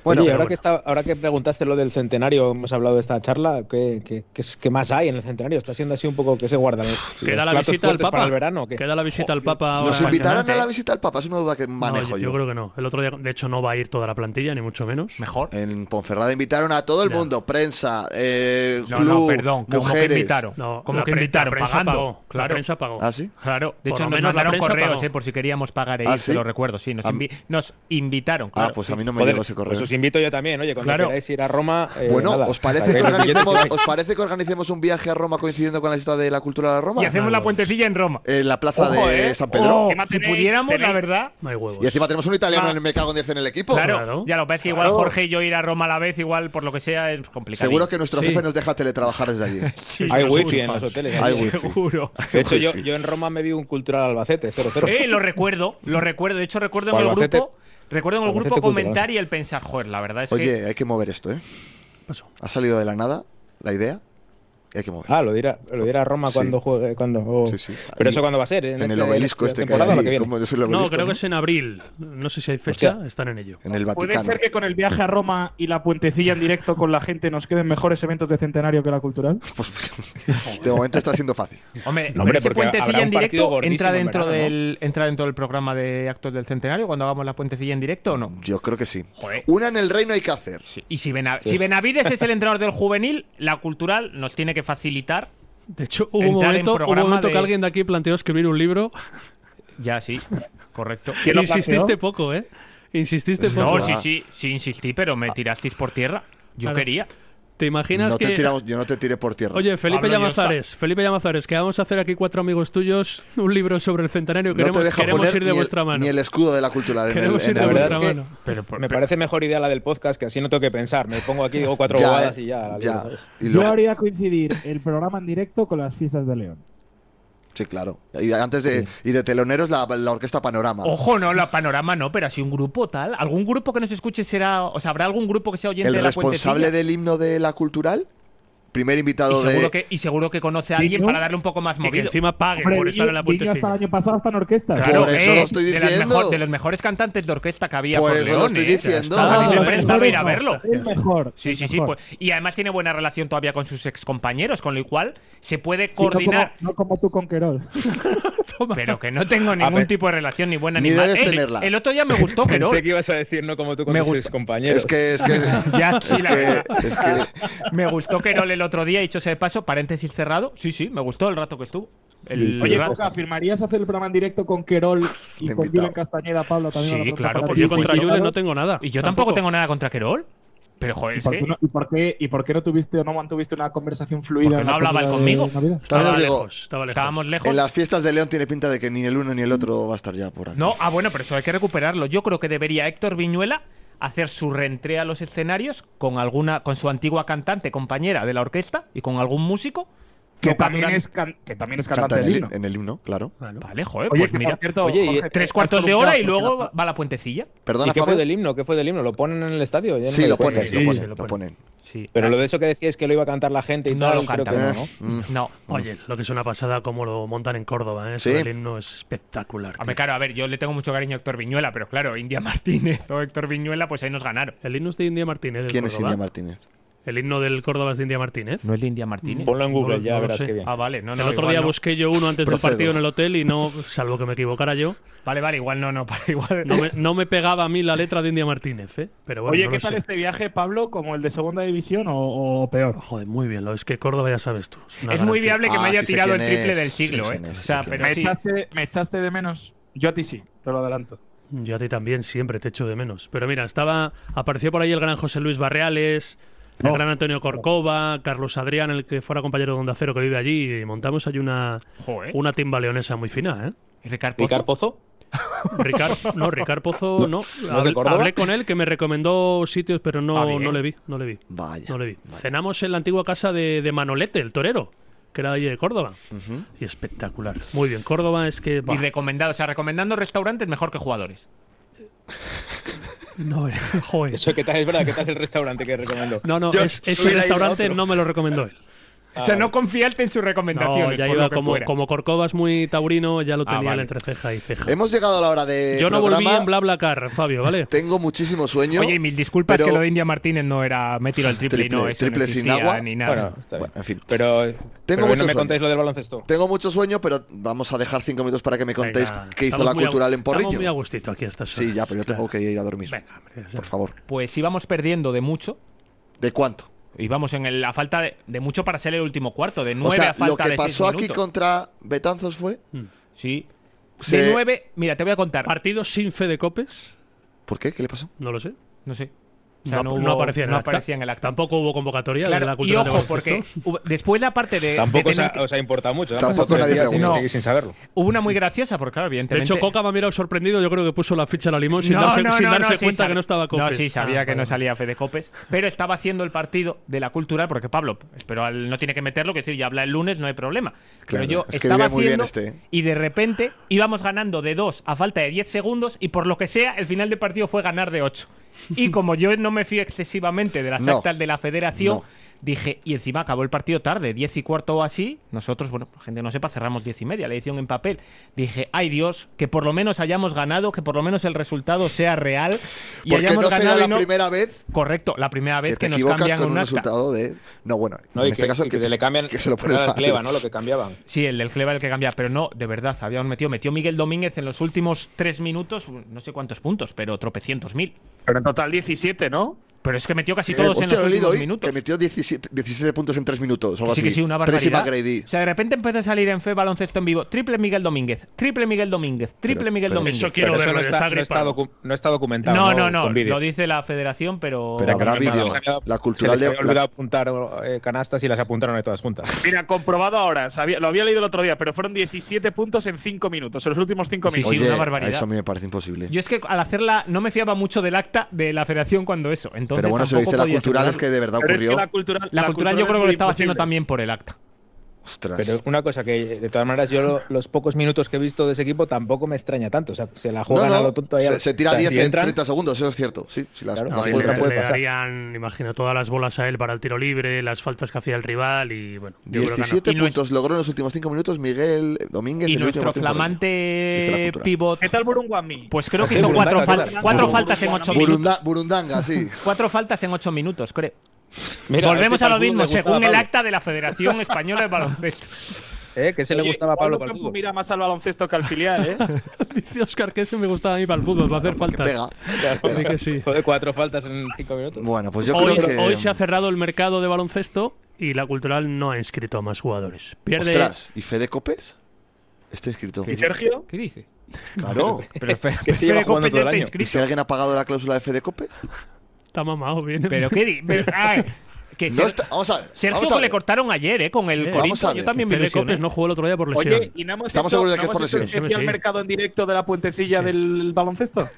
Bueno,
Oye, ahora,
bueno.
que está, ahora que preguntaste lo del centenario, hemos hablado de esta charla, ¿qué, qué, qué es- qué más hay en el centenario? Está siendo así un poco que se guardan los,
Queda
los
la
platos
visita al
fuertes
Papa.
para el verano. ¿qué?
Queda la visita al Papa ahora.
¿Nos invitarán a
impresionante,
la
¿eh?
visita al Papa? Es una duda que
No,
manejo
yo, yo creo que no. El otro día, de hecho, no va a ir toda la plantilla, ni mucho menos.
Mejor.
En Ponferrada invitaron a todo el
Ya.
mundo, prensa, eh,
No,
club,
no, perdón, como que
mujeres.
invitaron.
No,
Como
la
que
pre-
invitaron,
la prensa
pagando.
pagó.
Claro.
La prensa pagó.
¿Ah, sí?
Claro, de
Por
hecho
lo
nos
menos la
mandaron
prensa
correos
pagó.
eh, por si queríamos podíamos pagar ahí,
¿Ah,
te
sí?
lo recuerdo, sí. Nos,
Ah.
invi- nos invitaron.
Ah, pues a mí no me llegó ese correo. Pues os
invito yo también, oye,
cuando queráis ir a Roma. eh,
bueno,
nada,
¿os parece, que
pagáis los billetes
organicemos,
y vais.
¿os parece que organicemos un viaje a Roma coincidiendo con la lista de la cultura de Roma?
Y hacemos la puentecilla en Roma.
En la plaza
Ojo,
de
¿eh?
San ah, Pedro.
Oh, si pudiéramos, la verdad.
Y encima tenemos un italiano
Ah.
en el Me Cago en 10 en el equipo.
Claro, ya lo ves que igual
Claro.
Jorge y yo ir a Roma a la vez, igual por lo que sea, es complicado.
Seguro que nuestro jefe nos deja teletrabajar desde allí.
Sí,
Hay wifi en los hoteles.
Hay
sí.
wifi.
Seguro.
De hecho, yo,
Wifi.
yo en Roma me vi un cultural Albacete, 0-0.
Eh, lo recuerdo, lo recuerdo. De hecho, recuerdo en
Pues
el
Albacete-
grupo, recuerdo en el
Albacete
grupo
cultural.
comentar y el pensar, joder, la verdad es que.
Oye, hay que mover esto, ¿eh? Ha salido de la nada la idea y hay que mover.
Ah, lo dirá, lo dirá Roma
Sí.
cuando juegue. Cuando, o- Pero eso cuándo va a ser, ¿eh?
En,
¿En
el
este-
obelisco
en
este
esta
que hay
temporada o la
ahí,
que viene?
¿cómo es el
No,
obelisco,
creo
no?
que es en abril. No sé si hay fecha, están en ello.
En el
Puede ser que con el viaje a Roma y la puentecilla en directo con la gente nos queden mejores eventos de centenario que la cultural.
Pues, De momento está siendo fácil.
Hombre,
No, hombre,
pero ese
porque
puentecilla
habrá
en
un partido
directo
gordísimo
entra
en
dentro,
verano, ¿no?
del, entra dentro del programa de actos del centenario cuando hagamos la puentecilla en directo o no.
Yo creo que sí.
Joder.
Una en el reino hay que hacer.
Y si, Bena- si Benavides es el entrenador del juvenil, la cultural nos tiene que facilitar.
De hecho, Hubo un
entrar en
momento, hubo un
programa
momento
de-
que alguien de aquí planteó escribir un libro.
Ya, sí, correcto.
Insististe poco, ¿eh? Insististe
No,
poco.
Ah.
sí, sí, sí, insistí, pero me tirasteis por tierra. Yo
Claro.
quería.
¿Te imaginas
No
que.?
te tiramos- yo no te tiré por tierra.
Oye, Felipe
Pablo, yo
Llamazares, Felipe Llamazares, que vamos a hacer aquí cuatro amigos tuyos un libro sobre el centenario.
no
Queremos,
te deja
queremos
poner
ir
ni
de
el-
vuestra mano.
Ni el escudo de la cultura. en el-
Queremos
en
ir
el-
de
La verdad
vuestra
es que
mano.
me parece mejor idea la del podcast, que así no tengo que pensar. Me pongo aquí, digo cuatro
Ya,
bobadas
eh,
y ya. la
ya.
lío, ¿sabes?
Y
Yo
luego-
haría coincidir el programa en directo con las fiestas de León.
Sí, claro. Y antes de, y de teloneros, la, la orquesta Panorama.
Ojo, no, la panorama no, pero así un grupo tal. ¿Algún grupo que nos escuche será. O sea, habrá algún grupo que sea oyente
el
de la
responsable
puentecilla?
del himno de la cultural, primer
Y
invitado
seguro,
de.
que, y seguro que conoce a alguien
¿no?
para darle un poco más movido.
encima paguen
Hombre, Viño- Viño hasta el año pasado hasta en orquesta.
Claro,
Por eso
eh,
lo estoy
de, las
diciendo.
mejor- de los mejores cantantes de orquesta que había
Por
por,
eso lo
León,
estoy
eh.
diciendo.
Hasta la
Ah,
gente
vale.
prestaba ir a
Es
verlo.
mejor.
Sí, sí, sí.
mejor.
pues- y además tiene buena relación todavía con sus excompañeros, con lo cual se puede
Sí, no como-
coordinar.
no, como, tú con Querol.
Pero que no tengo
A
ningún
ver.
tipo de relación ni buena
Ni
ni, mala.
debes
Eh,
tenerla.
El otro día me gustó que no.
Pensé que ibas a decir no como tú con
Me
tus
gusta.
compañeros.
Es que, es que,
Ya, sí,
es
la
que,
verdad.
es que
Me gustó Querol el otro día, dicho sea de paso, paréntesis cerrado. Sí, sí, me gustó el rato que estuvo. El
Oye,
rato-
Coca, ¿firmarías hacer el programa en directo con Querol y
Te
con
invitado.
Julen Castañeda, Pablo? También
Sí, claro,
Porque
por
yo contra
supuesto.
Yule no tengo nada.
Y yo tampoco, tengo nada contra Querol. Pero joder,
¿Y
es
por,
que.
qué no, y, por qué, ¿Y por qué no tuviste o no mantuviste una conversación fluida?
Porque
en
no
la
hablaba él
comida
conmigo.
de Navidad?
También os digo,
Estábamos lejos.
en las fiestas de León tiene pinta de que ni el uno ni el otro va a estar ya por aquí.
No, ah, bueno, pero eso hay que recuperarlo. Yo creo que debería Héctor Viñuela hacer su reentrée a los escenarios con alguna, con su antigua cantante, compañera de la orquesta y con algún músico.
Que
No,
también,
Durán-
es can- que también es
Canta
cantante
en
del
el,
himno.
en el himno, claro.
Vale, joder,
Oye,
pues
que por
mira.
cierto, Oye, y- Jorge,
tres
has
cuartos de
preguntado
hora y
por qué
luego
la-
va va la puentecilla.
Perdona,
¿Y qué fue
Fabio?
del himno? ¿Qué fue del himno? ¿Lo ponen en el estadio? Ya no
Sí,
me
lo
acuerdo.
ponen, lo ponen, lo ponen.
Pero lo de eso que decías que lo iba a cantar la gente y
No Mm.
tal,
lo
creo
cantan,
que no, ¿no?
No.
Oye, lo que es una pasada como lo montan en Córdoba, ¿eh? Eso
Sí.
del himno es espectacular.
Ah,
Hombre, claro, a ver, yo le tengo mucho cariño a Héctor Viñuela, pero claro, India Martínez o Héctor Viñuela, pues ahí nos ganaron.
El himno es de India Martínez. del
¿Quién es
Córdoba.
India Martínez?
El himno del Córdoba es de India Martínez.
No es de India Martínez.
Ponlo en Google, ya verás
que
qué bien.
Ah, vale, no, no.
el otro
igual
día
no.
busqué yo uno antes del
Procedo.
partido en el hotel y no, salvo que me equivocara yo,
Vale, vale, igual no, no, igual.
no me, no me pegaba a mí la letra de India Martínez, ¿eh? Pero bueno,
Oye,
no
¿qué
lo
tal
sé.
este viaje, Pablo? ¿Como el de segunda división o, o peor?
Joder, muy bien, lo es que Córdoba ya sabes tú. Es, una
Es muy
garantía.
viable que me haya
sí sé
tirado el
quién
triple
es,
del siglo,
sí sé
¿eh?
quién
O
es,
sea,
sí sé
pero
quién es.
sí.
me, echaste, me echaste de menos. Yo a ti sí, te lo adelanto.
Yo a ti también siempre te echo de menos. Pero mira, estaba apareció por ahí el gran José Luis Barreales, el gran Antonio Corcova, Carlos Adrián, el que fuera compañero de Onda Cero que vive allí, y montamos ahí una,
Joder.
una timba leonesa muy fina, ¿eh?
Ricard
¿Ricard Pozo?
Ricard- no, Ricard Pozo no.
¿No es de
Habl-
Córdoba?
hablé con él que me recomendó sitios, pero
Ah,
no,
bien.
no le vi, no le vi.
Vaya.
No le vi. Cenamos en la antigua casa de, de Manolete, el torero, que era de allí de Córdoba. Y espectacular. Muy bien, Córdoba es que.
Y
bah,
recomendado, o sea, recomendando restaurantes mejor que jugadores.
no, eh, joder.
Eso, ¿qué tal? Es verdad, ¿qué tal el restaurante que recomendó?
No, no, es- ese restaurante no me lo recomendó él.
o sea, no confiaste en sus recomendaciones.
No, ya
por lo
iba
que
como,
fuera.
como Corcovas muy taurino, ya lo
Ah,
tenía en
vale.
entre ceja y ceja.
Hemos llegado a la hora de.
Yo no volví
programa.
en BlaBlaCar, Fabio, ¿vale?
Tengo muchísimo sueño.
Oye, y mil disculpas
pero-
que lo de India Martínez no era me tiro al triple, y no,
Triple-
eso
triple
no
sin
existía
agua.
ni nada.
Bueno, está bien.
en fin.
Pero, pero
mucho
hoy no me
sueño.
contáis lo del baloncesto.
Tengo mucho sueño, pero vamos a dejar cinco minutos para que me contéis
Venga,
qué hizo
estamos
la
muy a-
cultural en Porrillo.
Estamos muy a gustito aquí a estas
sí, ya, pero yo tengo que ir a dormir.
Venga, hombre,
Por favor.
Pues íbamos perdiendo de mucho.
¿De cuánto?
Íbamos en el- la falta de, de mucho para ser el último cuarto, de Mm. nueve
o sea,
a falta
lo que
de seis
pasó aquí
minutos.
contra Betanzos fue.
Sí. De nueve, mira, te voy a contar.
Partidos sin fe de copes.
¿Por qué? ¿Qué le pasó?
No lo sé.
No sé.
O sea,
No,
no,
hubo-
no aparecía en el
no
acta.
aparecía en el acta.
Tampoco hubo convocatoria
Claro,
de la
y
cultura de
ojo, porque hubo- después la parte de. de
Tampoco os
tener
ha,
que-
os ha importado mucho.
Tampoco nadie pregunta.
pregunta. sin saberlo.
Hubo una muy graciosa, porque claro,
De
evidentemente.
hecho, Coca me ha mirado sorprendido. Yo creo que puso la ficha a la limón sin
No,
darse,
no,
sin
no,
darse
no, sí
cuenta
sabe-
que no estaba Copes.
No, sí, sabía
Ah,
que no
vale.
salía Fede Copes, pero estaba haciendo el partido de la cultural, porque Pablo, espero, al- no tiene que meterlo, que decir, ya habla el lunes, no hay problema. pero
Claro,
yo
es que
estaba
vive muy bien
haciendo,
este, ¿eh?
y de repente íbamos ganando de 2 a falta de 10 segundos, y por lo que sea, el final del partido fue ganar de 8. Y como yo no me fío excesivamente de las
No.
actas de la federación,
No.
dije, y encima acabó el partido tarde, 10 y cuarto o así, nosotros, bueno, la gente no sepa, cerramos 10 y media, la edición en papel. Dije, ay Dios, que por lo menos hayamos ganado, que por lo menos el resultado sea real. Y
Porque
hayamos
no será
ganado y
la primera vez
Correcto, la primera vez
que te
que, nos
equivocas
cambian
con un
un acta.
resultado de. No, bueno,
No,
en
y
este
que-
caso
y
que,
que le cambian-
que se lo
era el
prueba.
Cleva, ¿no? Lo que cambiaban.
Sí, el del Cleva el que cambia, pero no, de verdad, habíamos metido. Metió Miguel Domínguez en los últimos tres minutos, no sé cuántos puntos, pero tropecientos mil.
Pero en total 17, ¿no?
Pero es que metió casi
Eh,
todos en
hostia,
los
lo he leído
últimos
hoy,
minutos.
Que metió 17, 17 puntos en 3 minutos. Algo
Sí
así.
que sí, una
Tracy
barbaridad.
McGrady.
O sea, de repente empezó a salir en fe baloncesto en vivo. Triple Miguel Domínguez, triple Miguel Domínguez, triple Miguel Domínguez.
Pero eso no está, no, está docu- no está documentado.
no, no, no,
con vídeo.
lo dice la federación, pero...
Pero habrá vídeo.
Se había-
La cultural
se les
de.
había olvidado
la-
apuntar eh, canastas y las apuntaron ahí todas juntas.
Mira, comprobado ahora. sabía- lo había leído el otro día, pero fueron 17 puntos en 5 minutos, en los últimos 5
Sí, sí,
minutos.
una
Oye,
barbaridad.
Eso a mí me parece imposible.
Yo es que al hacerla no me fiaba mucho del acta de la federación cuando eso. Entonces,
Pero bueno, se lo
tampoco
dice la
podía
cultural, es
asegurarlo.
que de verdad
Pero es que
ocurrió.
la cultural,
La,
la
cultural
cultural
yo creo que
es
lo
muy
estaba haciendo
imposible.
también por el acta.
Ostras.
Pero una cosa que, de todas maneras, yo lo- los pocos minutos que he visto de ese equipo tampoco me extraña tanto. O sea, se la
No,
juegan
no,
a lo tonto ahí.
se, se tira 10
y
en 30 segundos, eso es cierto. Sí, sí, las,
Claro,
las
no,
pueden
le-
hacer.
puede
Le
pasar.
darían, imagino, todas las bolas a él para el tiro libre, las faltas que hacía el rival y bueno. yo creo que ganó.
17
Y no es-
puntos logró en los últimos 5 minutos Miguel Domínguez.
Y
en el último
nuestro
partido por Dice la
flamante
cultural.
pivot,
¿Qué tal Burunguami?
pues creo que
Sí,
hizo cuatro,
Burundanga,
fal-
claro.
cuatro
Burundanga.
faltas en ocho
Burunda-
minutos.
Burundanga, sí.
Cuatro faltas en ocho minutos, creo.
Mira,
Volvemos
ese
a lo
Palgundo
mismo,
le gustaba
según
a
el
Pablo.
acta de la Federación Española de Baloncesto.
¿Eh? Que se le
Oye,
gustaba a Pablo
Pablo Campo
Palgundo.
mira más al baloncesto que al filial, ¿eh?
Dice Oscar que eso me gustaba a mí para el fútbol, va a hacer faltas.
Pega.
Así que sí.
Joder, cuatro faltas en cinco minutos.
Bueno, pues yo
hoy,
creo que.
hoy se ha cerrado el mercado de baloncesto y la cultural no ha inscrito a más jugadores. Pierde.
Ostras, ¿y Fede Copes? Está inscrito.
¿Y Sergio?
¿Qué dice?
Claro.
Pero, Fe-
Que se
Fede
lleva jugando
Coppel ya
todo el
está
año.
¿Y si
inscrito.
alguien ha pagado la cláusula de Fede Copes?
Está mamado, viene.
Pero qué di- pero- ah, que
No
Ser-
está- vamos a ver.
Sergio
vamos a
que le
ver.
cortaron ayer, eh, con el
Eh,
vamos a
Corinto. Yo
ver.
también me
Fede
ilusioné.
Copes no jugó el otro día por lesión.
Oye, ¿y no hemos
Estamos
hecho,
seguros de
no
que es
hemos
por
hecho
lesión.
especial
Sí, sí.
mercado en directo de la puentecilla
Sí.
del baloncesto?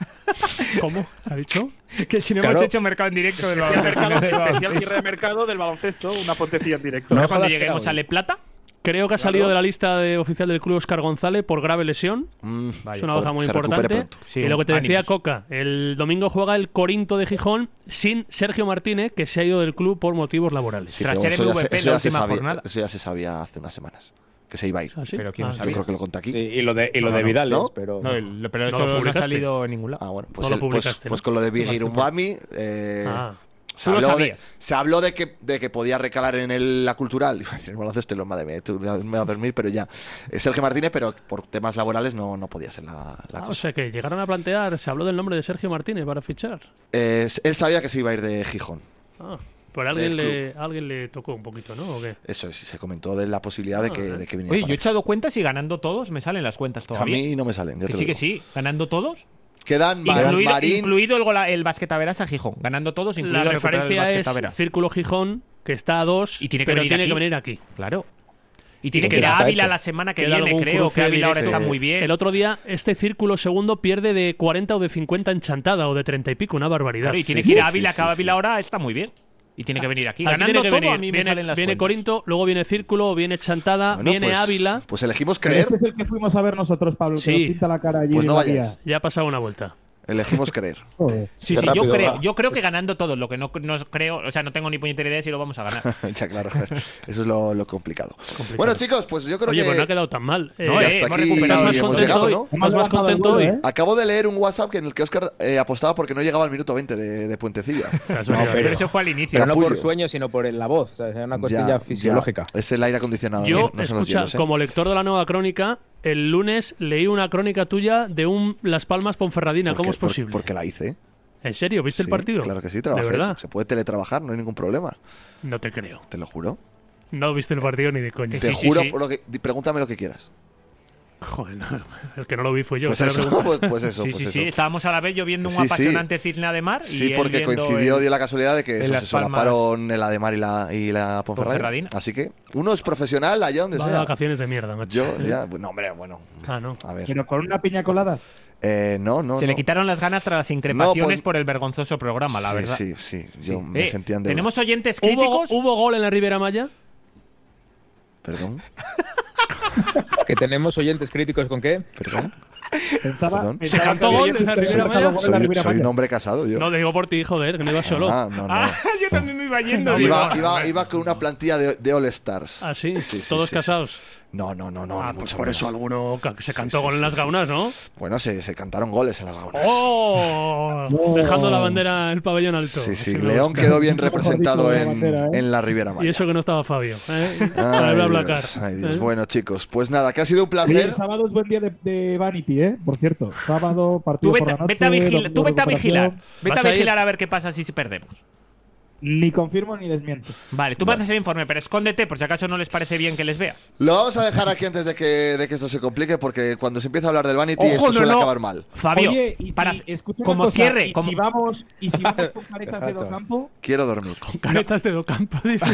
¿Cómo? ¿Ha dicho?
Que si no
Claro.
hemos hecho mercado en directo de los
Especial mercado, especial cierre de mercado del baloncesto, una puentecilla en directo.
No.
Cuando
jodas,
lleguemos
claro.
a Le Plata,
Creo que ha salido de la lista de oficial del club Oscar González por grave lesión.
Mm,
es una baja muy
se recupere
importante.
pronto.
Sí,
y lo que te
ánimos.
decía Coca, el domingo juega el Corinto de Gijón sin Sergio Martínez, que se ha ido del club por motivos laborales.
Sí,
Tras
pero
ser
eso ya se-
MVP
eso
la
ya se
última
sabía-
jornada.
Eso ya se sabía hace unas semanas. Que se iba a ir.
¿Ah, sí?
Pero ¿quién
Ah,
lo
Yo
sabía?
creo que lo conté aquí.
Sí, y lo de, y lo
No,
de
no.
Vidales,
¿No?
pero.
No, el- pero
No
eso
lo
no, ha
publicaste.
salido en ningún lado.
Ah, bueno, pues,
No lo
él- pues-
publicaste, ¿no?
pues con lo de Big
Lo
Irumami, eh,
Ah.
se,
Tú lo
habló de,
sabías.
se habló de que, de que podía recalar en el- la cultural. Iba a decir, bueno, haces lo madre mía, tú me vas a dormir, pero ya. Eh, Sergio Martínez, pero por temas laborales no, no podía ser la, la
Ah,
cosa.
o sea que llegaron a plantear, se habló del nombre de Sergio Martínez para fichar.
Eh, él sabía que se iba a ir de Gijón.
Ah, pero alguien
Del
le, alguien le tocó un poquito, ¿no? ¿O qué?
Eso es, se comentó de la posibilidad de, que, de que viniera.
Ah, Oye,
para
yo he
acá.
echado cuentas y ganando todos me salen las cuentas
a
todavía.
mí no me salen. ya
Que
te lo
sí, que
digo.
sí. Ganando todos.
Quedan Mar-
Incluido,
Marín.
incluido el, gola- el basquetaveras a Gijón. Ganando todos, incluido
La
recuperar el
referencia es
basquetaveras.
Círculo Gijón, que está a dos,
Y tiene que
pero
venir
tiene
aquí.
que venir aquí.
Claro. Y tiene
Entonces
que ir a
está
Ávila
hecho.
la semana que
Queda
viene,
algún
creo.
cruce
Que Ávila ahora
directo.
está muy bien.
El otro día, este círculo segundo pierde de 40 o de 50 en chantada o de 30 y pico, una barbaridad.
Claro, y tiene
Sí,
que ir a
sí,
Ávila,
sí,
que
sí.
Ávila ahora está muy bien. Y tiene que venir aquí.
Aquí
Ganando
tiene que
todo,
venir.
a mí me
viene,
salen las
viene
cuentas.
Corinto, luego viene Círculo, viene Chantada,
Bueno,
viene
pues-
Ávila.
Pues elegimos creer.
Este es el que fuimos a ver nosotros, Pablo, que
Sí.
nos pinta la cara allí.
Pues no
en la
vayas.
vía.
Ya ha pasado una vuelta.
Elegimos creer.
Joder.
Sí,
Qué
sí, yo
rápido
creo,
va.
yo creo que ganando todos. Lo que no, no creo, o sea, no tengo ni puñetera idea si lo vamos a ganar.
ya, claro. Eso es lo, lo complicado. Bueno, chicos, pues yo creo
Oye,
que.
pues no ha quedado tan mal.
No,
y
eh,
hasta
hemos
aquí
recuperado
¿Estás más
y hemos
hemos
contento
llegado,
hoy?
¿no?
¿Estás más
Hemos
contento
bajado ¿eh?
hoy?
el
Acabo de leer un WhatsApp que en el que Oscar eh, apostaba porque no llegaba al minuto 20 de, de Puentecilla.
Te has
No,
Pero
venido arriba.
eso fue al inicio.
Pero no por
Capullo.
sueño, sino por el- la voz. o sea, es una
Ya,
costilla
ya.
fisiológica.
Es el aire acondicionado.
Yo,
no son los
escucha,
hielos, ¿eh?
como lector de la nueva crónica, el lunes leí una crónica tuya de un Las Palmas Ponferradina.
Porque-
¿Cómo es
por-
posible?
Porque la hice.
¿En serio? ¿Viste el
Sí,
partido?
Claro que sí,
¿De
trabajé.
verdad?
Se puede teletrabajar, no hay ningún problema.
No te creo.
Te lo juro.
No viste el partido ni de coña.
Que
Te
sí, sí,
juro
sí.
por lo que. di- Pregúntame lo que quieras.
Joder, no, el que no lo vi fue yo.
Pues
te lo
eso,
pregunto.
pues- pues eso,
sí,
pues
sí,
eso.
sí, estábamos a la vez yo viendo un
Sí, sí.
apasionante cisne de mar. y
Sí,
él
porque
viendo
coincidió,
el-
dio la casualidad de que
en
eso,
Las
se
Palmas.
solaparon el Ademar y la, y la Ponferradina.
Ponferradina.
Así que uno es profesional allá donde
Va de
sea.
vacaciones de mierda, macho.
Yo, ya, pues, no, hombre, bueno.
Ah, no.
A ver.
Pero con una piña colada.
Eh, no, no.
Se le
no.
quitaron las ganas tras las increpaciones
No, pues-
por el vergonzoso programa, la
Sí,
verdad.
Sí, sí, Yo me
Eh,
sentía en deuda.
¿Tenemos oyentes
¿Hubo,
críticos?
¿Hubo gol en la Ribera Maya?
Perdón,
¿Que tenemos oyentes críticos con qué?
perdón.
Pensaba,
perdón.
¿Se cantó gol en la Ribera Maya?
Soy, soy un hombre casado, yo.
No, digo por ti, joder, que no iba solo.
Ah, no, no.
yo también me iba yendo.
iba, iba- iba con una plantilla de, de All Stars.
Ah, sí,
Sí, sí,
todos
sí, sí.
casados.
No, no, no, no. ni
Ah, pues
mucho
por eso
menos.
alguno ca- que se
Sí,
cantó
sí,
con
sí,
las
sí.
gaunas, ¿no?
Bueno, se, se cantaron goles en las gaunas.
¡Oh! Dejando la bandera en el pabellón alto.
Sí, sí,
Así me
León
gusta.
quedó bien representado
de
en,
bandera, ¿eh?
en la Riviera
Y
Maya.
eso que no estaba Fabio. ¿eh? Para
Ay,
el BlaBlaCar,
Dios, ay, Dios.
¿eh?
Bueno, chicos, pues nada, que ha sido un
Oye, el
placer.
sábado es buen día de, de Vanity, ¿eh? Por cierto. Sábado,
Tú
partido por
vete,
la noche.
vete a vigilar,
domingo,
tú vete a vigilar.
recuperación.
Vete a vigilar a ver qué pasa si si perdemos.
Ni confirmo ni desmiento.
Vale, tú me haces el informe, pero escóndete por si acaso no les parece bien que les veas.
Lo vamos a dejar aquí antes de que, de que esto se complique, porque cuando se empieza a hablar del Vanity,
Ojo,
esto
no,
suele
no.
acabar mal.
Fabio,
Oye, y
para-
si- escucha una
como
cosa,
cierre,
y
como-
si vamos y si vamos con caretas de
Exacto.
Docampo,
Quiero dormir.
Caretas de Docampo, dice.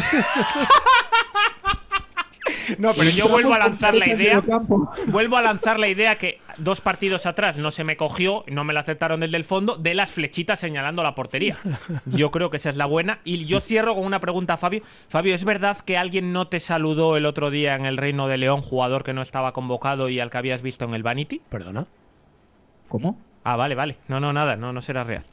No, pero yo
Entramos
vuelvo a
con
lanzar la
caretas de
idea.
Docampo.
Vuelvo a lanzar la idea que dos partidos atrás no se me cogió, no me la aceptaron desde el fondo, de las flechitas señalando la portería. Yo creo que esa es la buena. Y yo cierro con una pregunta a Fabio. Fabio, ¿es verdad que alguien no te saludó el otro día en el Reino de León, jugador que no estaba convocado y al que habías visto en el Vanity?
Perdona.
¿Cómo?
Ah, vale, vale. No, no, nada, no, no será real.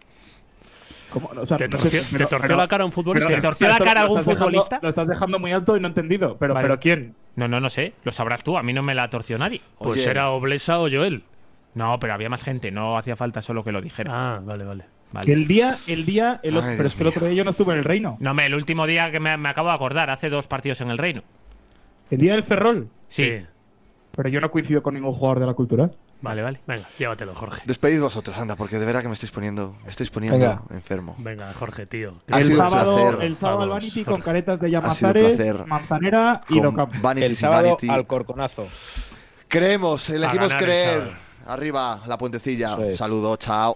¿Cómo? O sea,
Te
no sé,
torció-
pero-
te torció
pero-
la cara a un futbolista.
pero-
¿Te torció la
esto
cara a
lo
algún
estás dejando-
futbolista?
Lo estás dejando muy alto y no he entendido. Pero,
Vale.
pero ¿quién?
No, no, no sé. Lo sabrás tú. A mí no me la torció nadie.
Pues era Oblesa o Joel.
No, pero había más gente. No hacía falta solo que lo dijera.
Ah, vale, vale.
Vale.
Que el día, el día, el otro,
Ay,
pero es que el otro día yo no estuve en el reino.
No, hombre, el último día que me, me acabo de acordar, hace dos partidos en el Reino.
El día del Ferrol.
Sí.
Pero yo no coincido con ningún jugador de la cultura.
Vale, vale.
Venga, llévatelo, Jorge.
Despedid vosotros, anda, porque de verdad que me estáis poniendo, me estáis poniendo
Venga.
enfermo.
Venga, Jorge, tío.
Ha
el
sido un
sábado,
placer.
el sábado al
Vamos,
Vanity
Jorge.
con caretas de
Ha sido un
Llamazares,
placer.
Manzanera y
Con
Docampo.
Vanity
El
sin
sábado
Vanity.
al Corconazo.
Creemos, elegimos
ganar el
creer.
sábado.
Arriba, la puentecilla.
Eso es.
Saludos, chao.